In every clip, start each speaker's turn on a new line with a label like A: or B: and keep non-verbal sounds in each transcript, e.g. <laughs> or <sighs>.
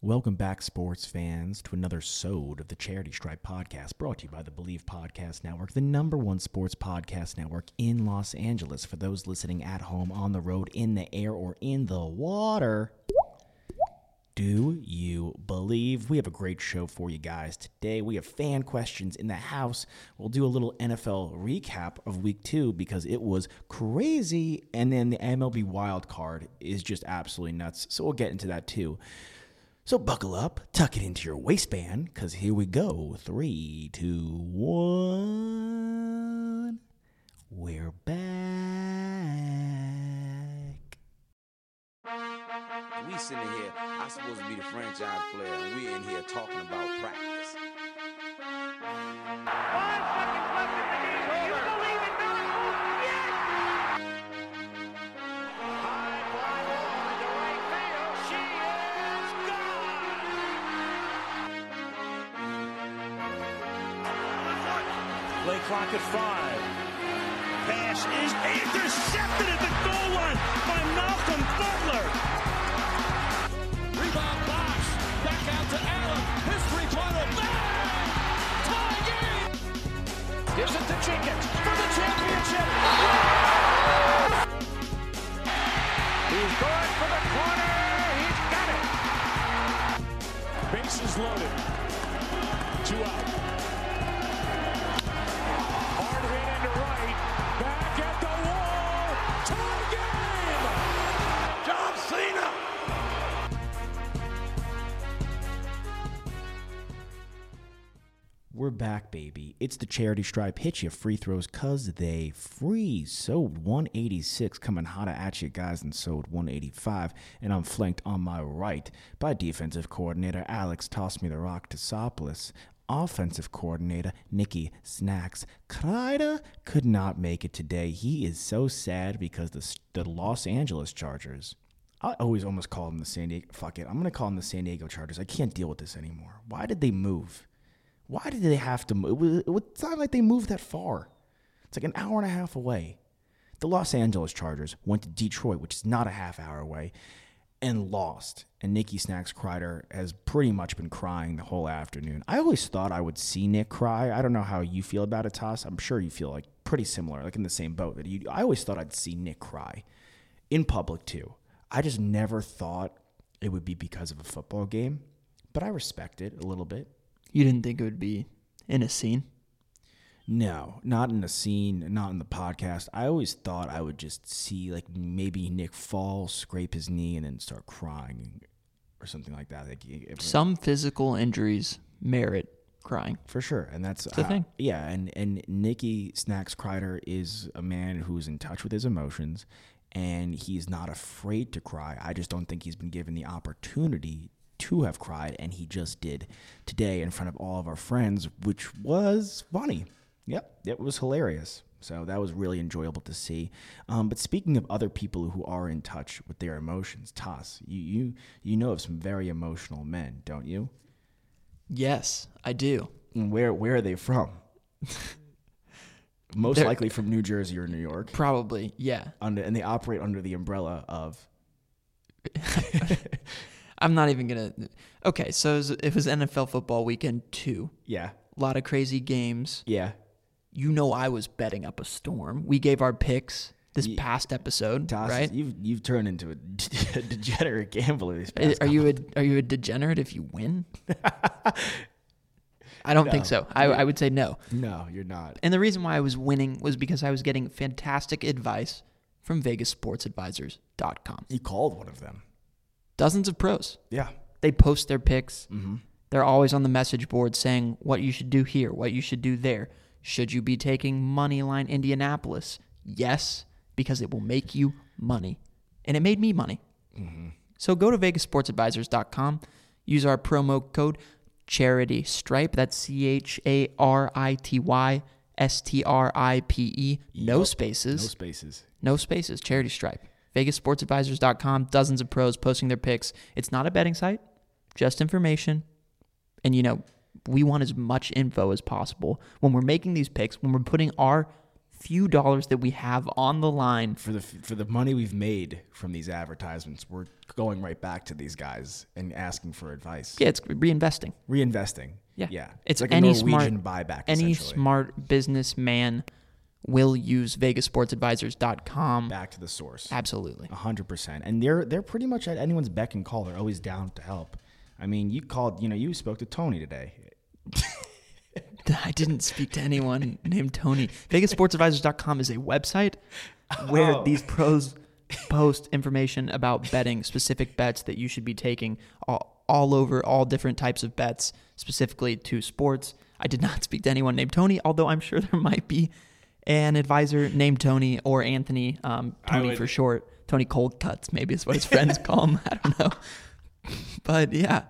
A: Welcome back, sports fans, to another sode of the Charity Stripe podcast brought to you by the Believe Podcast Network, the number one sports podcast network in Los Angeles. For those listening at home, on the road, in the air, or in the water, do you believe? We have a great show for you guys today. We have fan questions in the house. We'll do a little NFL recap of week two because it was crazy. And then the MLB wild card is just absolutely nuts. So we'll get into that too. So buckle up, tuck it into your waistband, because here we go. Three, two, one. We're back.
B: We sitting here, I'm supposed to be the franchise player, and we're in here talking about practice.
C: Five seconds left in the game. Do you believe in miracles? Yes! High fly ball into right field. She is gone!
D: Play clock at five. Pass is intercepted at the goal line by Malcolm Butler. Rebound box. Back out to Allen. His three-pointer. Bang! Tie game. Gives it to Jenkins for the championship. He's going for the corner. He's got it. Base is loaded. Two out. Hard hit into right. Back at the wall. Tie game. John Cena.
A: We're back, baby. It's the charity stripe. Hit you free throws because they freeze. So 186 coming hotter at you guys and sold 185. And I'm flanked on my right by defensive coordinator Alex Toss Me the Rock Tosopoulos. Offensive coordinator Nikki Snacks Kreider could not make it today. He is so sad because the, the Los Angeles Chargers. I always almost call them the San Diego. Fuck it. I'm going to call them the San Diego Chargers. I can't deal with this anymore. Why did they move? Why did they have to move? It, was, it was- it's not like they moved that far. It's like an hour and a half away. The Los Angeles Chargers went to Detroit, which is not a half hour away, and lost. And Nikki Snacks Kreider has pretty much been crying the whole afternoon. I always thought I would see Nick cry. I don't know how you feel about it, Toss. I'm sure you feel like pretty similar, like in the same boat. That you, I always thought I'd see Nick cry in public too. I just never thought it would be because of a football game, but I respect it a little bit.
E: You didn't think it would be in a scene?
A: No, not in the scene, not in the podcast. I always thought I would just see like maybe Nick fall, scrape his knee, and then start crying or something like that. Like if-
E: Some physical injuries merit crying.
A: for sure, and that's uh,
E: a thing.
A: Yeah, and and Nikki Snacks Kreider is a man who's in touch with his emotions, and he's not afraid to cry. I just don't think he's been given the opportunity to have cried, and he just did today in front of all of our friends, which was funny. Yep, it was hilarious. So that was really enjoyable to see. Um, but speaking of other people who are in touch with their emotions, Toss, you you you know of some very emotional men, don't you?
E: Yes, I do.
A: And where where are they
E: <laughs>
A: from? Most
E: They're-
A: likely from New Jersey or New York.
E: Probably, yeah.
A: Under and they operate under the umbrella of
E: I'm not even going to. Okay, so it was, it was NFL football weekend two.
A: yeah,
E: A lot of crazy games.
A: yeah,
E: You know, I was betting up a storm. We gave our picks. this past episode,
A: Toss,
E: right?
A: You've you've turned into a <laughs> degenerate gambler. These
E: Are-
A: past
E: Are you a are you a degenerate if you <laughs> win? I don't think so. I, I would say no.
A: No, you're not.
E: And the reason why I was winning was because I was getting fantastic advice from VegasSportsAdvisors.com.
A: You called one of them.
E: Dozens of pros.
A: Yeah.
E: They post their picks. They're always on the message board saying what you should do here, what you should do there. Should you be taking money line Indianapolis? Yes, because it will make you money. And it made me money. So go to vegasportsadvisors.com, use our promo code charity stripe. That's C H A R I T Y S T R I P E. No
A: No
E: spaces.
A: spaces.
E: No spaces. Charity stripe. VegasSportsAdvisors.com. Dozens of pros posting their picks. It's not a betting site, just information. And you know, we want as much info as possible when we're making these picks, when we're putting our few dollars that we have on the line.
A: For the for the money we've made from these advertisements, we're going right back to these guys and asking for advice.
E: Yeah, it's reinvesting.
A: Reinvesting.
E: Yeah.
A: Yeah.
E: It's
A: like
E: any
A: a Norwegian
E: smart
A: buyback.
E: Any
A: essentially.
E: smart businessman will use vegasportsadvisors.com.
A: back to the source.
E: Absolutely.
A: A hundred percent. And they're they're pretty much at anyone's beck and call. They're always down to help. I mean, you called. You know, you spoke to Tony today.
E: <laughs> I didn't speak to anyone named Tony. vegasportsadvisors.com is a website where these pros post information about betting, specific bets that you should be taking all, all over all different types of bets, specifically to sports. I did not speak to anyone named Tony, although I'm sure <laughs> there might be an advisor named Tony or Anthony, um, Tony for short. Tony Cold Cuts, maybe is what his friends call him. I don't know. But yeah.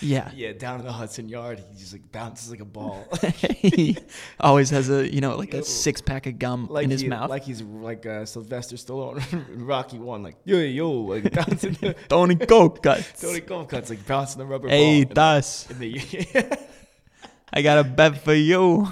E: Yeah.
A: Yeah, down in the Hudson Yard, he just like bounces like a <laughs> ball,
E: he <laughs> always has a you know like a six pack of gum in his mouth.
A: like he's like uh, Sylvester Stallone, <laughs> in Rocky One, like yo yo, <laughs> like bouncing the
E: <laughs> Tony Coke cuts.
A: Tony Golf cuts, like bouncing the rubber
E: Hey,
A: ball.
E: Thus,
A: in the- in <laughs> the-
E: I got a bet for you.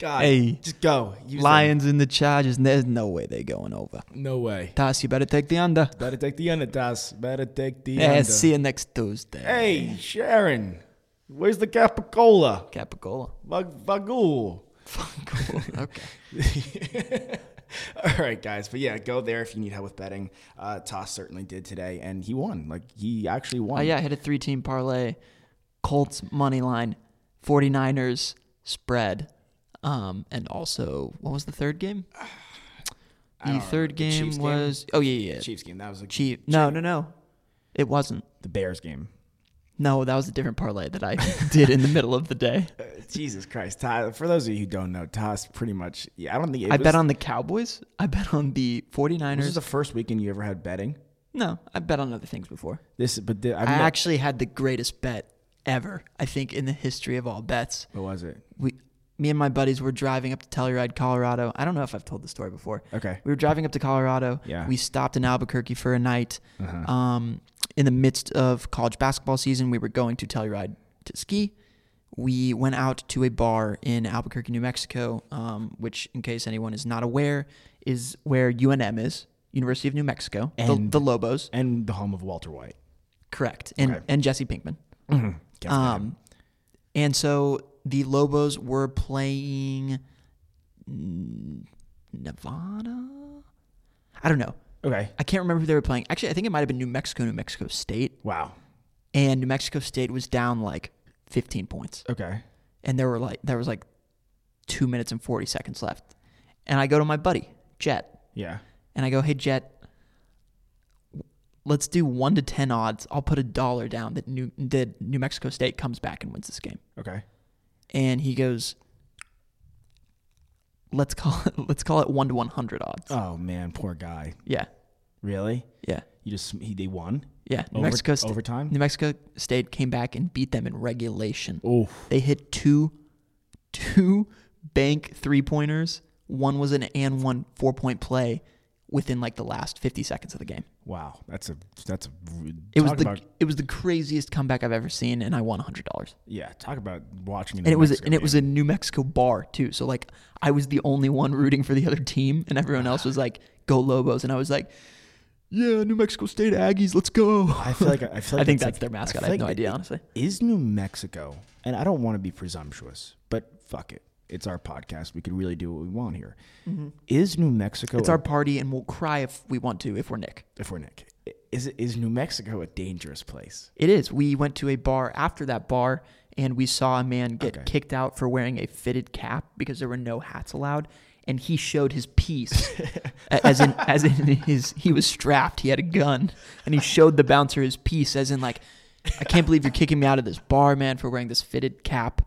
A: God,
E: Hey.
A: just go. Use them.
E: Lions in the Chargers. and There's no way they're going over.
A: No way.
E: Thus, you better take the under.
A: Better take the under, Das. Better take the
E: Yeah,
A: under.
E: see you next Tuesday.
A: Hey, Sharon, where's the Capicola?
E: Capicola.
A: Vag- Vagul.
E: okay.
A: <laughs> All right, guys. But yeah, go there if you need help with betting. Uh, Toss certainly did today, and he won. Like, he actually won.
E: Oh yeah, I hit a three team parlay. Colts money line, 49ers spread. Um, and also, what was the
A: <sighs>
E: third game? The third game
A: Chiefs game?
E: was oh yeah yeah, yeah.
A: Chiefs game. That was like
E: Chief. No, no, no. It wasn't.
A: the Bears game.
E: No, that was a different parlay that I did in the middle of the day.
A: Jesus Christ. Todd, for those of you who don't know, Toss pretty much, yeah, I don't think it
E: I
A: was,
E: bet on the Cowboys. I bet on the
A: This is
E: 49ers.
A: the first weekend you ever had betting.
E: no, I bet on other things before.
A: This, but the, I,
E: I
A: mean,
E: actually had the greatest bet ever, I think, in the history of all bets.
A: What was it?
E: we me and my buddies were driving up to Telluride, Colorado. I don't know if I've told the story before.
A: Okay.
E: We were driving up to Colorado.
A: Yeah. Uh-huh.
E: We stopped in Albuquerque for a night. Um, in the midst of college basketball season, we were going to Telluride to ski. We went out to a bar in Albuquerque, New Mexico, um, which, in case anyone is not aware, is where UNM is, University of New Mexico,
A: And-
E: the, the Lobos.
A: And the home of Walter White.
E: Correct. And
A: Okay.
E: and Jesse Pinkman.
A: Guess
E: Um and so the Lobos were playing mm, Nevada. I don't know.
A: that. Okay.
E: I can't remember who they were playing. Actually, I think it might have been New Mexico, New Mexico State.
A: Wow.
E: And New Mexico State was down like 15 points.
A: Okay.
E: And there were like there was like 2 minutes and 40 seconds left. And I go to my buddy, Jet,
A: Yeah.
E: and I go, "Hey Jet, let's do one to ten odds. I'll put a dollar down that New that New Mexico State comes back and wins this game."
A: Okay.
E: And he goes, "Let's call it, <laughs> let's call it one to one hundred odds."
A: Oh man, poor guy.
E: Yeah,
A: Really?
E: yeah,
A: You just he, they won.
E: yeah. New
A: Over-
E: Mexico State
A: overtime?
E: New Mexico State came back and beat them in regulation.
A: Oh,
E: They hit two two bank three pointers. One was an and one four point play within like the last fifty seconds of the game.
A: wow. That's a that's a.
E: It was
A: talk
E: the
A: about-
E: it was the craziest comeback I've ever seen, and I won hundred dollars.
A: yeah. Talk about watching.
E: And it was and it was a New Mexico bar too. So like I was the only one rooting for the other team, and everyone else was like, "Go Lobos!" And I was like, "Yeah, New Mexico State Aggies, let's go!"
A: I feel like <laughs> I feel
E: I
A: like
E: think that's
A: like-
E: their mascot. I,
A: feel
E: have
A: like
E: no
A: it-
E: idea,
A: it
E: honestly.
A: Is New Mexico, and I don't want to be presumptuous, but fuck it. It's our podcast. We can really do what we want here. Is New Mexico
E: It's our party, and we'll cry if we want to, if we're Nick.
A: if we're Nick? Is it- is New Mexico a dangerous place?
E: It is. We went to a bar after that bar and we saw a man get
A: Okay.
E: kicked out for wearing a fitted cap because there were no hats allowed. And he showed his piece, A- as in, as in his he was strapped. He had a gun, and he showed the bouncer his piece, as in like, I can't believe you're kicking me out of this bar, man, for wearing this fitted cap.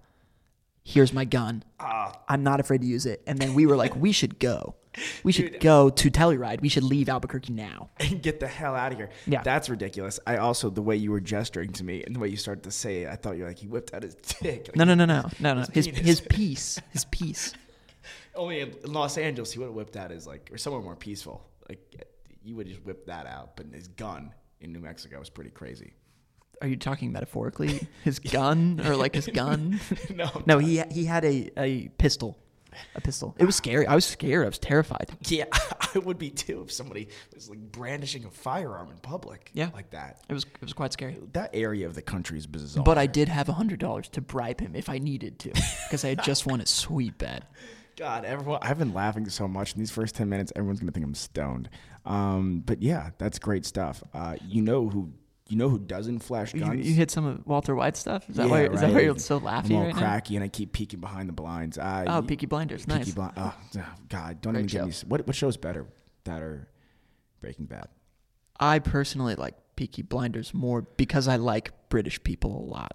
E: Here's my gun. I'm not afraid to use it. And then we were like, we should go. We should go to Telluride. We should leave Albuquerque now.
A: and <laughs> get the hell out of here.
E: Yeah.
A: That's ridiculous. I also, the way you were gesturing to me and the way you started to say it, I thought you were like, he whipped out his <laughs> dick. Like,
E: No, no, no, no, no, no. His
A: penis.
E: his piece, his piece.
A: Only in Los Angeles, he would have whipped out his, like, or somewhere more peaceful. Like, you would just whip that out. But his gun in New Mexico was pretty
E: <laughs>
A: crazy.
E: Are you talking <laughs> metaphorically? His gun or like his gun?
A: No.
E: <laughs> no, he he had a, a pistol. A pistol. It was scary. I was scared. I was terrified.
A: Yeah, <laughs> I would be too if somebody was, like, brandishing a firearm in public.
E: Yeah.
A: Like that.
E: It was it was quite scary.
A: That area of the country is bizarre.
E: But I did have hundred dollars to bribe him if I needed to, because I had just won a sweet bet.
A: God, everyone, I've been laughing so much in these first 10 minutes. Everyone's going to think I'm stoned. Um, but yeah, that's great stuff. Uh, you know who you know who doesn't flash
E: You,
A: guns?
E: you hit some of Walter White stuff. Is that
A: Yeah,
E: why? Is that why
A: right.
E: you're so laughing
A: I'm all
E: right
A: cracky and I keep peeking behind the blinds. Uh, I,
E: now? Oh, Peaky Blinders.
A: Peaky
E: nice.
A: Blind- oh, oh, God, don't
E: Great
A: even
E: show.
A: get me. s- What, what show's better? That or Breaking Bad?
E: I personally like Peaky Blinders more because I like British people a lot.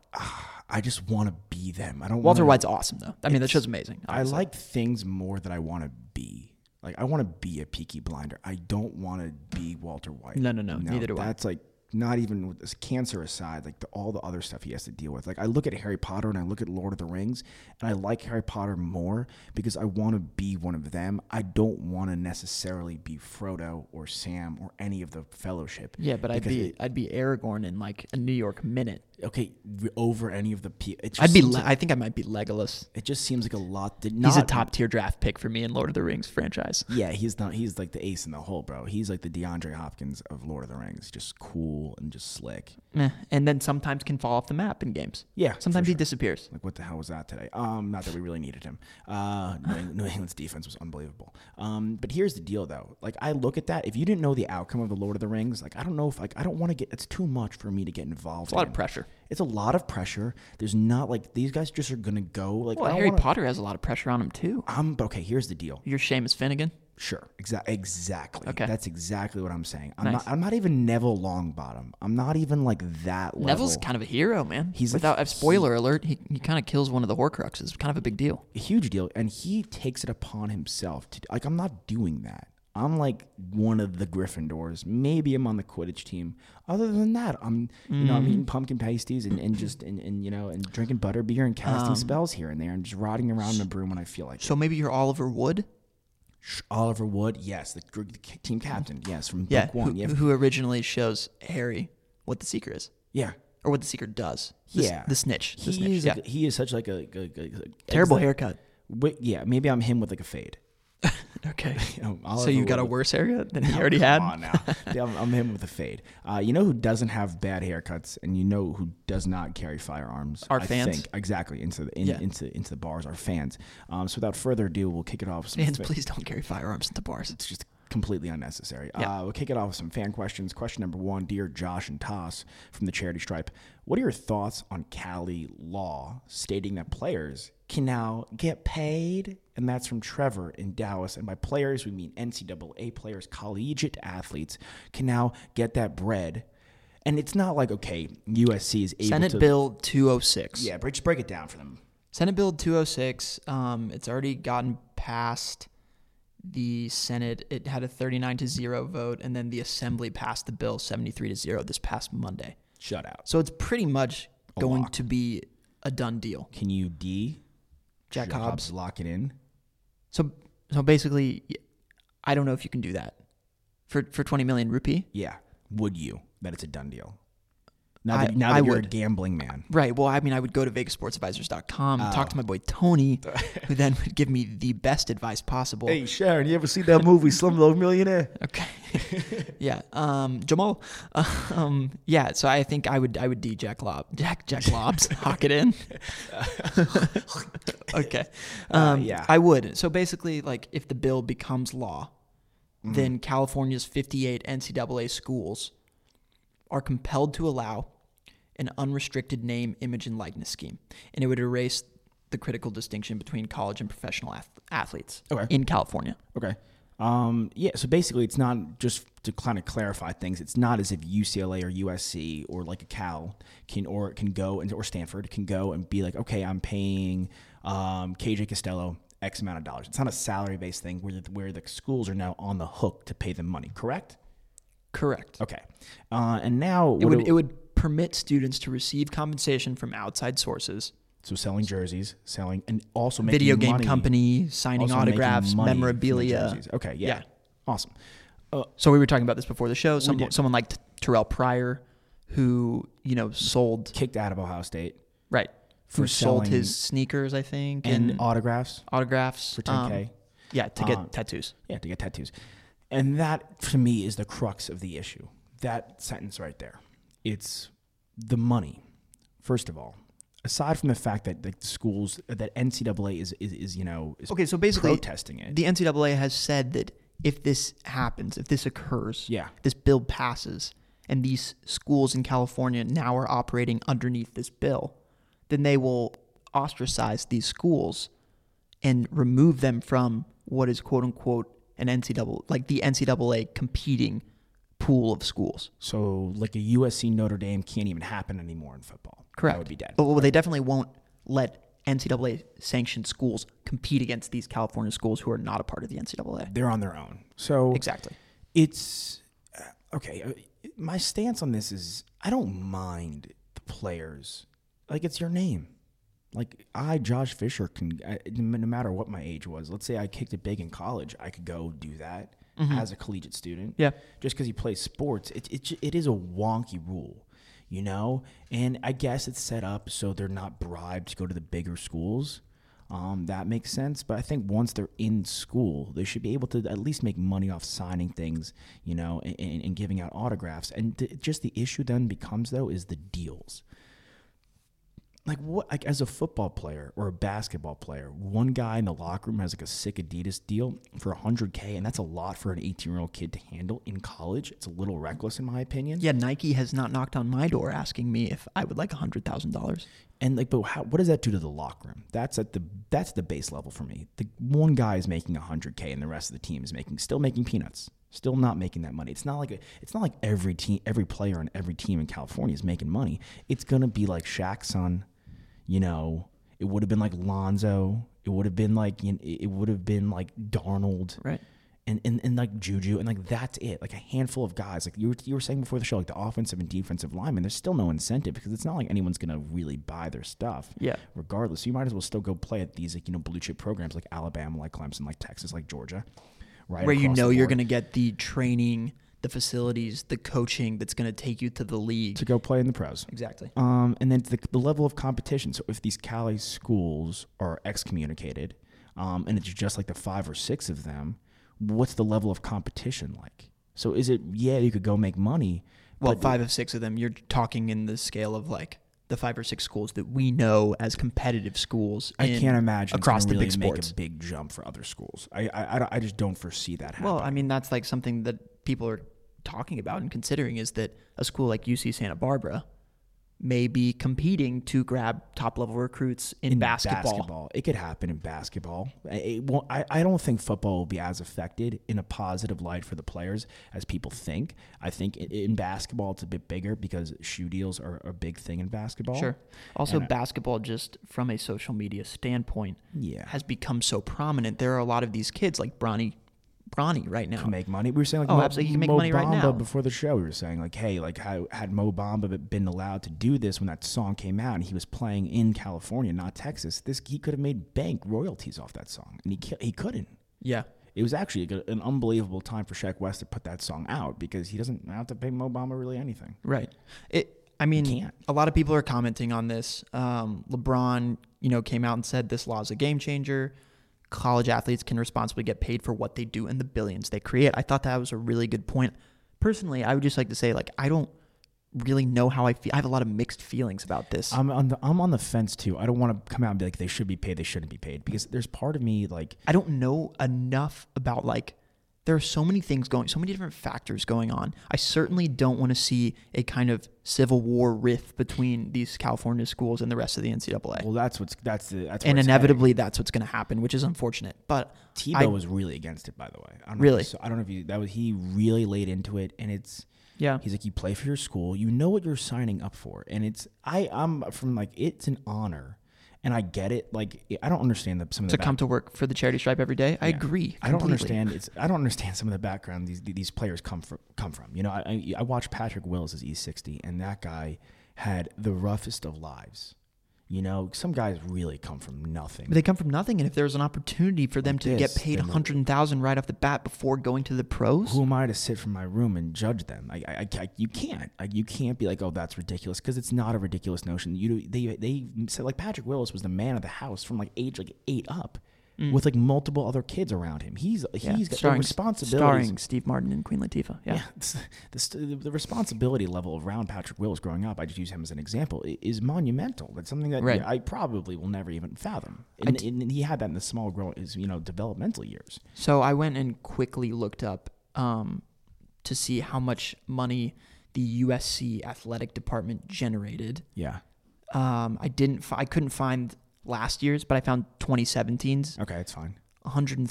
A: I just want to be them. I don't
E: Walter
A: wanna,
E: White's awesome though. I mean, that show's amazing.
A: I like things more that I want to be. Like I want to be a Peaky Blinder. I don't want to be Walter White.
E: No, no, no, neither do I.
A: That's like not even with this cancer aside, like the, all the other stuff he has to deal with. Like I look at Harry Potter and I look at Lord of the Rings, and I like Harry Potter more because I want to be one of them. I don't want to necessarily be Frodo or Sam or any of the Fellowship.
E: Yeah, but I'd
A: because
E: be
A: it-
E: I'd be Aragorn in like a New York minute.
A: okay over any of the. Pe- it just
E: I'd be
A: seems
E: Le-
A: like-
E: I think I might be Legolas.
A: it just seems like a lot. Did
E: He's a
A: not-
E: top tier draft pick for me in Lord of the Rings franchise.
A: Yeah, he's not. He's like the ace in the hole, bro. He's like the DeAndre Hopkins of Lord of the Rings, just cool and just slick.
E: Meh. And then sometimes can fall off the map in games.
A: Yeah, for
E: Sometimes he
A: sure.
E: disappears.
A: Like, what the hell was that today? Um, not that we really needed him. Uh, New, Eng- New England's defense was unbelievable. Um, but here's the deal, though. Like, I look at that. If you didn't know the outcome of the Lord of the Rings, like, I don't know if like I don't want to get. It's too much for me to get involved. It's
E: a lot of pressure.
A: It's a lot of pressure. There's not like these guys just are gonna go like. I
E: Well,
A: don't
E: Harry
A: wanna-
E: Potter has a lot of pressure on him too.
A: I'm but okay. Here's the deal.
E: Your Seamus Finnegan.
A: Sure. Exactly. Exactly.
E: Okay.
A: That's exactly what I'm saying. I'm
E: Nice.
A: not. I'm not even Neville Longbottom. I'm not even like that level.
E: Neville's kind of a hero, man.
A: He's
E: He's
A: a-
E: without a spoiler alert. He, he kind of kills one of the Horcruxes. It's Kind of a big deal.
A: a huge deal, and he takes it upon himself to like. I'm not doing that. I'm like one of the Gryffindors. Maybe I'm on the Quidditch team. Other than that, I'm you know
E: Mm-hmm.
A: I'm eating pumpkin pasties and, and just and, and you know and drinking butter beer and casting spells here and there and just riding around in a broom when I feel like it.
E: Um. So maybe you're Oliver Wood.
A: Sh- Oliver Wood, yes, the, gr- the k- team captain, yes, from
E: Yeah.
A: book one,
E: who,
A: yeah,
E: who originally shows Harry what the secret is
A: yeah.
E: or what the secret does. The s-
A: yeah,
E: The snitch. The
A: He
E: snitch.
A: is
E: Yeah.
A: like- he is such like a, a- a- a-
E: Terrible
A: exa-
E: haircut.
A: Wait, yeah, maybe I'm him with like a fade. <laughs>
E: Okay.
A: know,
E: so
A: Oliver
E: you've got a
A: Wood.
E: worse haircut than he already had?
A: Come on
E: <laughs>
A: now. Yeah, I'm, I'm him with a fade. Uh, you know who doesn't have bad haircuts, and you know who does not carry firearms.
E: Our
A: I
E: fans.
A: think. exactly into the in,
E: Yeah.
A: into into the bars. Our fans. Um, so without further ado, we'll kick it off. with Some
E: Fans,
A: fa-
E: please don't carry firearms into bars.
A: It's just completely unnecessary.
E: Yeah.
A: Uh, we'll kick it off with some fan questions. Question number one, dear Josh and Toss from the Charity Stripe, what are your thoughts on Cali law stating that players can now get paid? And that's from Trevor in Dallas. And by players, we mean NCAA players, collegiate athletes can now get that bread. And it's not like okay, USC is able
E: Senate
A: to
E: Bill 206.
A: yeah, but just break it down for them.
E: Senate Bill 206, um, it's already gotten past the Senate. It had a 39 to 0 vote, and then the Assembly passed the bill 73 to 0 this past Monday.
A: Shut out.
E: So it's pretty much going to be a done deal.
A: Can you D
E: Jack Hobbs.
A: lock it in?
E: So, so basically, I don't know if you can do that for, for 20 million rupee.
A: Yeah. Would you? That it's a done deal. Now that,
E: I-
A: now
E: I
A: that you're a
E: would.
A: gambling man.
E: Right. Well, I mean, I would go to VegasSportsAdvisors.com, talk to my boy Tony, who then would give me the best advice possible.
A: Sharon, you ever see that movie Slumdog Millionaire?
E: Okay. yeah. Um, Jamal. <laughs> Um, yeah. So I think I would I would D Jack Lob Jack Jack Lobs hock it in. <laughs> okay. Um,
A: yeah.
E: I would. So basically, like if the bill becomes law,
A: Mm-hmm.
E: then California's 58 NCAA schools are compelled to allow an unrestricted name, image, and likeness scheme, and it would erase the critical distinction between college and professional ath- athletes
A: Okay.
E: in California.
A: Okay. Um, yeah, so basically, it's not just to kind of clarify things. It's not as if UCLA or USC or like a Cal can or can go and or Stanford can go and be like, okay, I'm paying um, KJ Costello X amount of dollars. It's not a salary based thing where the, where the schools are now on the hook to pay them money. Correct.
E: Correct.
A: Okay. Uh, and now
E: It
A: what
E: would
A: do-
E: it would permit students to receive compensation from outside sources,
A: so selling jerseys, selling and also making
E: video game
A: money-
E: company, signing
A: also making
E: autographs,
A: money from the
E: memorabilia.
A: jerseys. Okay. Yeah. Awesome.
E: So we were talking about this before the show. Some, someone like T- Terrell Pryor, who you know sold
A: Kicked out of Ohio State
E: right,
A: For
E: who sold
A: selling-
E: his sneakers, I think,
A: and
E: and,
A: autographs.
E: autographs um,
A: for Uh, 10K.
E: yeah, to get tattoos.
A: Yeah, to get tattoos. And that, to me, is the crux of the issue. That sentence right there. It's the money, first of all. Aside from the fact that like, the schools, that NCAA is, is, is you know, is
E: Okay, so basically,
A: protesting it.
E: The NCAA has said that if this happens, if this occurs,
A: Yeah.
E: this bill passes, and these schools in California now are operating underneath this bill, then they will ostracize these schools and remove them from what is quote unquote an NCAA, like the NCAA competing pool of schools.
A: so, like a USC Notre Dame can't even happen anymore in football.
E: Correct.
A: That would be dead.
E: But well, they definitely won't let NCAA sanctioned schools compete against these California schools who are not a part of the NCAA.
A: They're on their own. So,
E: Exactly.
A: it's uh, okay. uh, My stance on this is I don't mind the players. Like it's your name. Like I, Josh Fisher, can I, no no matter what my age was. Let's say I kicked it big in college, I could go do that as a collegiate student.
E: Yeah.
A: just because he plays sports, it, it ju- it is a wonky rule, you know. And I guess it's set up so they're not bribed to go to the bigger schools. Um, that makes sense. But I think once they're in school, they should be able to at least make money off signing things, you know, and, and, and giving out autographs. And th- just the issue then becomes, though, is the deals. Like what? Like as a football player or a basketball player, one guy in the locker room has like a sick Adidas deal for 100k, and that's a lot for an 18-year-old kid to handle in college. It's a little reckless, in my opinion.
E: Yeah, Nike has not knocked on my door asking me if I would like hundred thousand dollars.
A: And like, but how, what does that do to the locker room? That's at the that's the base level for me. The one guy is making 100k, and the rest of the team is making still making peanuts, still not making that money. It's not like a, it's not like every team, every player on every team in California is making money. It's gonna be like Shaq's son, you know. It would have been like Lonzo. It would have been like you know, it would have been like Darnold,
E: Right.
A: And, and, and like Juju and like that's it like a handful of guys like you were, you were saying before the show like the offensive and defensive linemen there's still no incentive because it's not like anyone's gonna really buy their stuff
E: Yeah.
A: regardless you might as well still go play at these like you know blue chip programs like Alabama like Clemson like Texas like Georgia right
E: Where you
A: across the
E: know you're
A: board
E: going to get the training, the facilities, the coaching that's going to take you to the league.
A: to go play in the pros
E: Exactly.
A: Um, and then the, the level of competition. So if these Cali schools are excommunicated, um, and it's just like the five or six of them, what's the level of competition like? So is it yeah you could go make money?
E: Well,
A: but-
E: five of six of them. You're talking in the scale of like the five or six schools that we know as competitive schools.
A: I
E: in-
A: can't imagine
E: across
A: it's
E: the
A: gonna really
E: big
A: make
E: sports.
A: a big jump for other schools. I I, I, don't- I just don't foresee that happening.
E: Well, I mean, that's like something that people are talking about and considering is that a school like UC Santa Barbara may be competing to grab top level recruits in, basketball.
A: It could happen in basketball. I- It won't, I, I don't think football will be as affected in a positive light for the players as people think. I think in, in basketball, it's a bit bigger because shoe deals are a big thing in basketball.
E: Sure. Also, basketball, just from a social media standpoint,
A: Yeah.
E: has become so prominent. There are a lot of these kids like Bronny, Bronny right now.
A: To make money, we were saying like
E: Oh,
A: Mo,
E: absolutely. You can make
A: Mo
E: money right
A: Bamba
E: now.
A: Before the show, we were saying like, hey, like how had Mo Bamba been allowed to do this when that song came out and he was playing in California, not Texas? This he could have made bank royalties off that song, and he ca- he couldn't.
E: yeah.
A: it was actually a good- an unbelievable time for Shaq West to put that song out because he doesn't have to pay Mo Bamba really anything.
E: Right. It. I mean,
A: can't.
E: a lot of people are commenting on this. Um, LeBron, you know, came out and said this law is a game changer. College athletes can responsibly get paid for what they do and the billions they create. I thought that was a really good point. Personally, I would just like to say, like, I don't really know how I feel. I have a lot of mixed feelings about this.
A: I'm on the I'm on the fence too. I don't want to come out and be like they should be paid, they shouldn't be paid because there's part of me like
E: I don't know enough about like there are so many things going, so many different factors going on. I certainly don't want to see a kind of civil war rift between these California schools and the rest of the NCAA.
A: well that's what's that's the that's where
E: and
A: it's headed.
E: inevitably, that's what's going to happen, which is unfortunate. But
A: Tebow
E: I-
A: was really against it, by the way. I don't Know
E: Really?
A: if you, saw- I don't know if you that was he really laid into it, and it's
E: Yeah.
A: He's like, you play for your school, you know what you're signing up for, and it's I I'm from like it's an honor, and I get it. Like I don't understand the, some of
E: to
A: the
E: come to work for the charity stripe every day, I agree.
A: I don't
E: completely.
A: understand. It's I don't understand some of the background these these players come from. Come from. You know, I I- I watched Patrick Wills as E60, and that guy had the roughest of lives. You know, some guys really come from nothing.
E: But they come from nothing, and if there's an opportunity for them to
A: this,
E: get paid
A: then
E: a
A: the-
E: hundred thousand right off the bat before going to the pros,
A: who am I to sit from my room and judge them? I, I, I- I- you can't. Like, you can't be like, oh, that's ridiculous, because it's not a ridiculous notion. You they they said like Patrick Willis was the man of the house from like age like eight up, with like multiple other kids around him. He's
E: Mm. Yeah,
A: he's got the
E: starring-
A: responsibilities.
E: starring Steve Martin and Queen Latifah. Yeah,
A: Yeah, <laughs> it's- the, st- the responsibility level around Patrick Willis growing up, I just use him as an example, i- is monumental. That's something that
E: Right.
A: I probably will never even fathom. And, and he had that in the small grow, is you know, developmental years.
E: So I went and quickly looked up um, to see how much money the USC athletic department generated.
A: Yeah.
E: Um, I didn't. Fi- I couldn't find last year's, but I found 2017's
A: Okay, it's fine.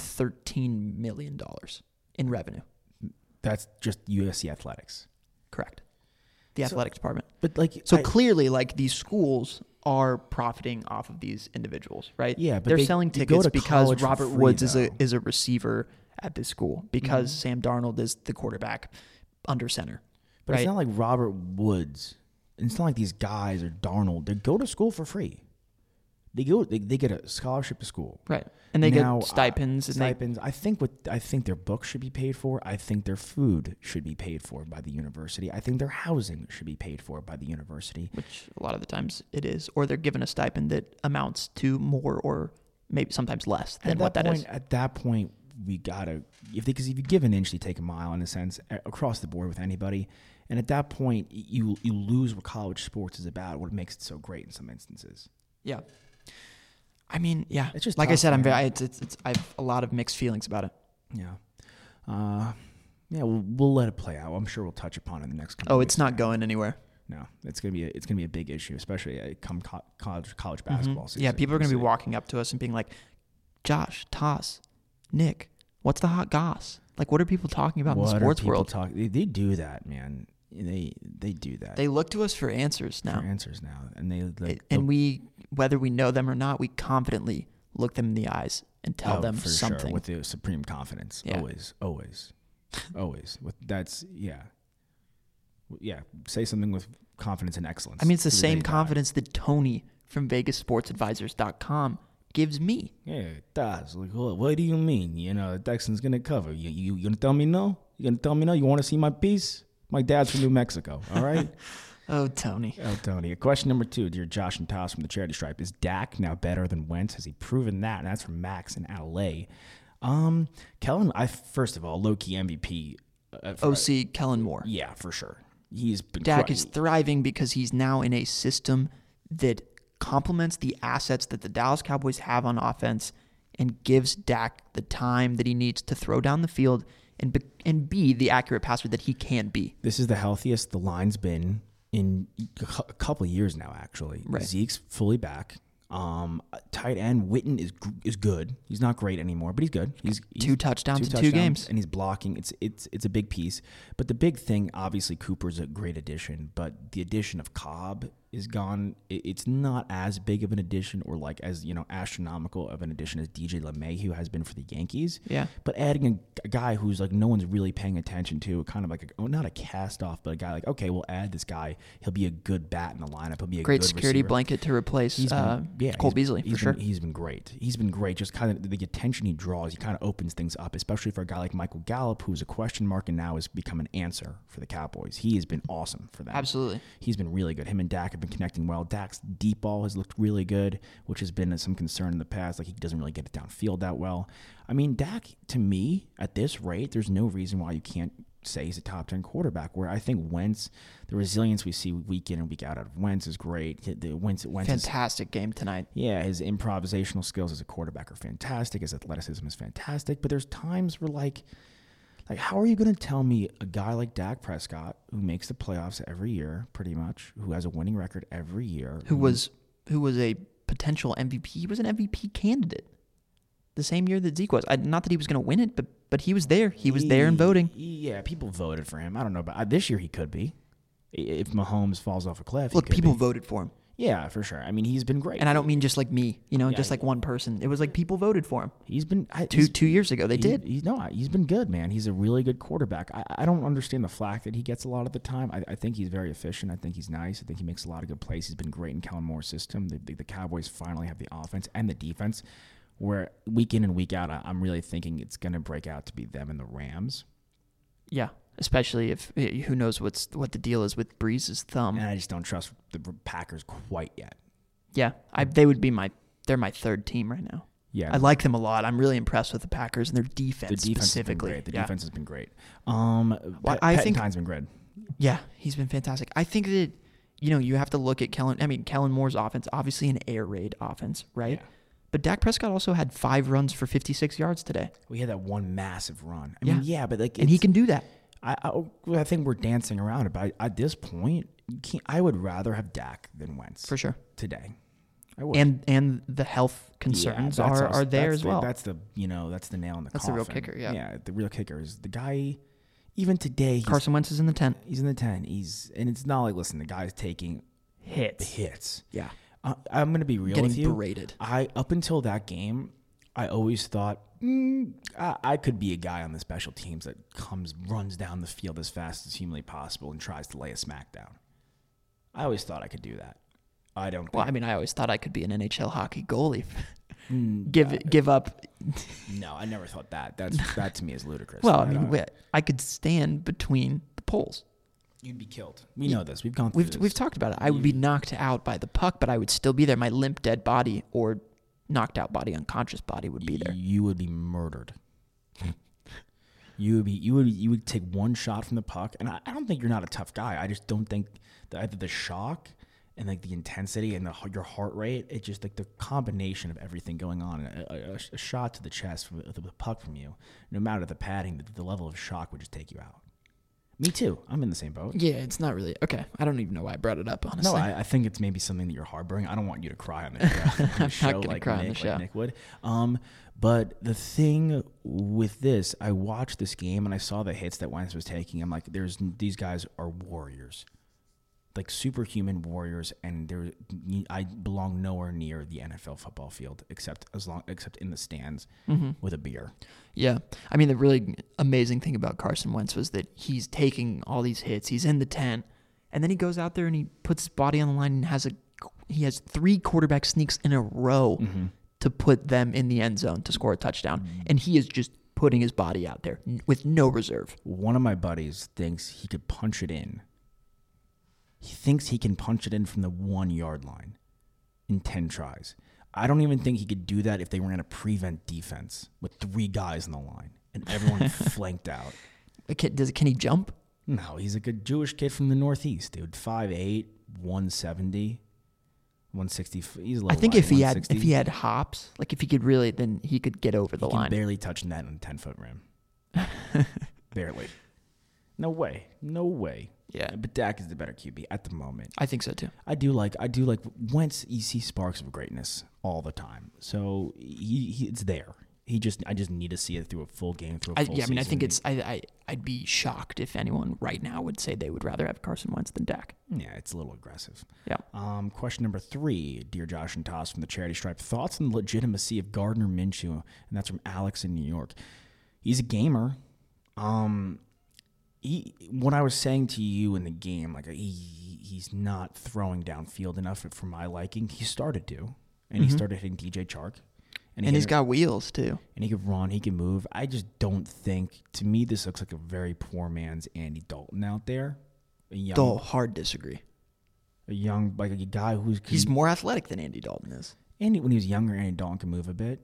E: 113 million dollars in revenue.
A: That's just USC athletics.
E: Correct. The athletic department.
A: But like,
E: So
A: I-
E: clearly, like these schools are profiting off of these individuals, right?
A: Yeah, but
E: they're
A: they-
E: selling
A: they go
E: tickets
A: to
E: because
A: college for
E: Robert
A: free,
E: Woods is a
A: though.
E: is a receiver at this school because
A: Mm-hmm.
E: Sam Darnold is the quarterback under center.
A: but
E: right?
A: it's not like Robert Woods. It's not like these guys or Darnold. They go to school for free. They go. They, they get a scholarship to school.
E: Right. And they
A: Now, uh,
E: get stipends and they,
A: stipends. I think what I think their books should be paid for. I think their food should be paid for by the university. I think their housing should be paid for by the university.
E: which a lot of the times it is, or they're given a stipend that amounts to more or maybe sometimes less than
A: at
E: what
A: that
E: that
A: point, uh,
E: is.
A: at that point, we gotta if because if you give an inch, they take a mile in a sense a- across the board with anybody. And at that point, y- you you lose what college sports is about, what makes it so great in some instances.
E: Yeah. I mean, yeah.
A: It's just
E: like I
A: tough,
E: said, I'm
A: man.
E: very, it's, it's, it's, I have a lot of mixed feelings about it.
A: Yeah, uh, yeah, we'll, we'll let it play out. I'm sure we'll touch upon it in the next. Couple
E: Oh,
A: of
E: it's
A: weeks.
E: not going anywhere.
A: No, it's gonna be a, it's gonna be a big issue, especially uh, come co- college college basketball season.
E: Mm-hmm. Yeah, people are going to be
A: So-
E: walking up to us and being like, Josh, Toss, Nick, what's the hot goss? Like, what are people talking about
A: What
E: in
A: are
E: the sports
A: people
E: world?
A: talk- they, they do that, man. They they do that.
E: they look to us for answers
A: for
E: now.
A: answers now, and they like,
E: and we, whether we know them or not, we confidently look them in the eyes and tell
A: Oh,
E: them
A: for
E: something.
A: sure, with the supreme confidence.
E: Yeah.
A: Always, always, always. With that's yeah, W- yeah. Say something with confidence and excellence.
E: I mean, it's the
A: to
E: same
A: day guy.
E: confidence that Tony from VegasSportsAdvisors.com gives me.
A: Yeah, it does. Like, what, what do you mean? You know, the Texan's gonna cover. You you, you gonna tell me no? You gonna tell me no? You want to see my piece? My dad's from New Mexico. All right.
E: Oh, Tony.
A: Oh, Tony. Question number two, dear Josh and Toss from the Charity Stripe. Is Dak now better than Wentz? Has he proven that? And that's from Max in LA. Um, Kellen, I first of all, low key MVP. Uh, for-
E: OC Kellen Moore.
A: yeah, for sure. He's been
E: Dak
A: cru-
E: is thriving because he's now in a system that complements the assets that the Dallas Cowboys have on offense and gives Dak the time that he needs to throw down the field and be, and be the accurate passer that he can be.
A: this is the healthiest the line's been in a couple of years now. Actually,
E: Right.
A: Zeke's fully back. Um, tight end Witten is g- is good. He's not great anymore, but he's good. He's, he's-
E: Two touchdowns in two games.
A: and he's blocking. It's it's it's a big piece. But the big thing, obviously, Cooper's a great addition. But the addition of Cobb is gone. i- It's not as big of an addition or like as you know astronomical of an addition as DJ LeMahieu has been for the Yankees.
E: Yeah.
A: But adding a, a guy who's like no one's really paying attention to, kind of like a, oh, not a cast off, but a guy like okay, we'll add this guy. He'll be a good bat in the lineup. He'll be a
E: Great
A: good
E: security
A: receiver.
E: blanket to replace
A: He's been-
E: uh,
A: yeah,
E: Cole
A: he's-
E: Beasley
A: he's
E: for sure.
A: been- He's been great. He's been great. Just kind of the attention he draws, he kind of opens things up, especially for a guy like Michael Gallup, who's a question mark and now has become an answer for the Cowboys. He has been awesome for them.
E: Absolutely.
A: He's been really good. Him and Dak have been connecting well. Dak's deep ball has looked really good, which has been some concern in the past. Like he doesn't really get it downfield that well. I mean, Dak, to me, at this rate, there's no reason why you can't say he's a top 10 quarterback. Where I think Wentz, the resilience we see week in and week out out of Wentz is great. The Wentz, Wentz is
E: Fantastic game tonight.
A: yeah, his improvisational skills as a quarterback are fantastic. His athleticism is fantastic. But there's times where like, like how are you going to tell me a guy like Dak Prescott, who makes the playoffs every year, pretty much, who has a winning record every year,
E: Who was who was a potential MVP? He was an MVP candidate the same year that Zeke was. I, not that he was going to win it, but but he was there. He was there in voting.
A: Yeah, people voted for him. I don't know, but I, this year he could be. I- If Mahomes falls off a cliff, he
E: Look,
A: could
E: people
A: be.
E: voted for him,
A: Yeah, for sure. I mean, he's been great,
E: and I don't mean just like me, you know, just
A: yeah.
E: like one person. It was like people voted for him.
A: He's been I,
E: Two-
A: he's-
E: two years ago, they
A: he-
E: did.
A: He's no, he's been good, man. He's a really good quarterback. I, I don't understand the flack that he gets a lot of the time. I, I think he's very efficient. I think he's nice. I think he makes a lot of good plays. He's been great in Kellen Moore's system. The, the, the Cowboys finally have the offense and the defense. Where week in and week out, I, I'm really thinking it's going to break out to be them and the Rams.
E: Yeah, especially if eh, who knows what's what the deal is with Breeze's thumb.
A: And I just don't trust the Packers quite yet.
E: Yeah, I, they would be my they're my third team right now.
A: Yeah.
E: I like them a lot. I'm really impressed with the Packers and their defense,
A: The defense has been
E: specifically.
A: great. The
E: yeah.
A: defense has been great. Um,
E: Well,
A: Pe-
E: I think-
A: Pettine's been great.
E: yeah, he's been fantastic. I think that you know you have to look at Kellen. I mean, Kellen Moore's offense, obviously an air raid offense, right?
A: Yeah.
E: But Dak Prescott also had five runs for 56 yards today,
A: We had that one massive run. I
E: Yeah.
A: mean, yeah, but like
E: and he
A: it's-
E: can do that.
A: I, I well, I think we're dancing around it, but I, at this point, you can't, I would rather have Dak than Wentz
E: For sure.
A: today. I would.
E: And and the health
A: Yeah,
E: concerns
A: that's
E: are,
A: us-
E: are there
A: that's
E: as
A: the-
E: well.
A: That's the you know that's the nail in the
E: That's the
A: coffin.
E: real kicker, yeah.
A: yeah. The real kicker is the guy. Even today, he's,
E: Carson Wentz is in the tent.
A: he's in the ten. He's and it's not like listen, the guy's taking
E: Hits.
A: hits.
E: Yeah.
A: I, Uh, I'm gonna be real
E: Getting
A: with you.
E: berated.
A: I up until that game, I always thought mm, I, I could be a guy on the special teams that comes runs down the field as fast as humanly possible and tries to lay a smackdown. I always thought I could do that. I don't.
E: Well, I mean, I always thought I could be an NHL hockey goalie. <laughs> give give up.
A: think- no, I never thought that. That's that to me is ludicrous.
E: Well, I
A: don't-
E: mean, we- I could stand between the poles.
A: you'd be killed. We know this. We've gone through
E: We've
A: this.
E: we've talked about it. Hmm. I would be knocked out by the puck, but I would still be there. My limp, dead body or knocked out body, unconscious body would be there.
A: You would be murdered. <laughs> you would be you would you would take one shot from the puck, and I, I don't think you're not a tough guy. I just don't think that either the shock and like the intensity and the h- your heart rate, it just like the combination of everything going on, a, a- a sh- a shot to the chest from the puck from you, no matter the padding, the, the level of shock would just take you out. Me too. I'm in the same boat.
E: Yeah, it's not really okay. I don't even know why I brought it up. Honestly,
A: No, I, I think it's maybe something that you're harboring. I don't want you to cry on the show, <laughs> on the show
E: gonna
A: like
E: cry on
A: Nick,
E: the show.
A: Like Nick would. Um, but the thing with this, I watched this game and I saw the hits that Wentz was taking. I'm like, there's these guys are warriors, like superhuman warriors, and they're I belong nowhere near the NFL football field except as long except in the stands
E: Mm-hmm.
A: with a beer.
E: yeah. I mean, the really amazing thing about Carson Wentz was that he's taking all these hits. He's in the tent, and then he goes out there and he puts his body on the line and has a he has three quarterback sneaks in a row
A: Mm-hmm.
E: to put them in the end zone to score a touchdown, and he is just putting his body out there n- with no reserve.
A: one of my buddies thinks he could punch it in. He thinks he can punch it in from the one yard line in 10 tries. I don't even think he could do that if they ran a prevent defense with three guys on the line and
E: <laughs>
A: everyone flanked out.
E: Can, does can he jump?
A: No, he's like a Jewish kid from the Northeast, dude. 5'8, 170, 160. He's a
E: I
A: little
E: think
A: light,
E: if he had
A: 160.
E: if he had hops, like if he could really, then he could get over the
A: He
E: line.
A: can barely touch net on a 10 foot rim.
E: <laughs>
A: barely. No way. No way.
E: Yeah.
A: But Dak is the better QB at the moment.
E: I think so too.
A: I do like I do like Wentz. You see sparks of greatness all the time, so he, he it's there. He just, I just need to see it through a full game, through
E: I,
A: a full
E: yeah, I mean, I think
A: season.
E: it's. I, I I'd be shocked if anyone right now would say they would rather have Carson Wentz than Dak.
A: yeah, it's a little aggressive.
E: Yeah.
A: Um, question number three, dear Josh and Toss from the Charity Stripe, thoughts on the legitimacy of Gardner Minshew, and that's from Alex in New York. He's a gamer. Um, he, what I was saying to you in the game, like he he's not throwing downfield enough for my liking. He started to, and he started hitting DJ Chark, he
E: Mm-hmm. And he's
A: hit-
E: got wheels too.
A: and he could run, he could move. I just don't think. To me, this looks like a very poor man's Andy Dalton out there. A young,
E: Though hard disagree.
A: a young, like a guy who's
E: He's more athletic than Andy Dalton is.
A: Andy when he was younger, Andy Dalton could move a bit,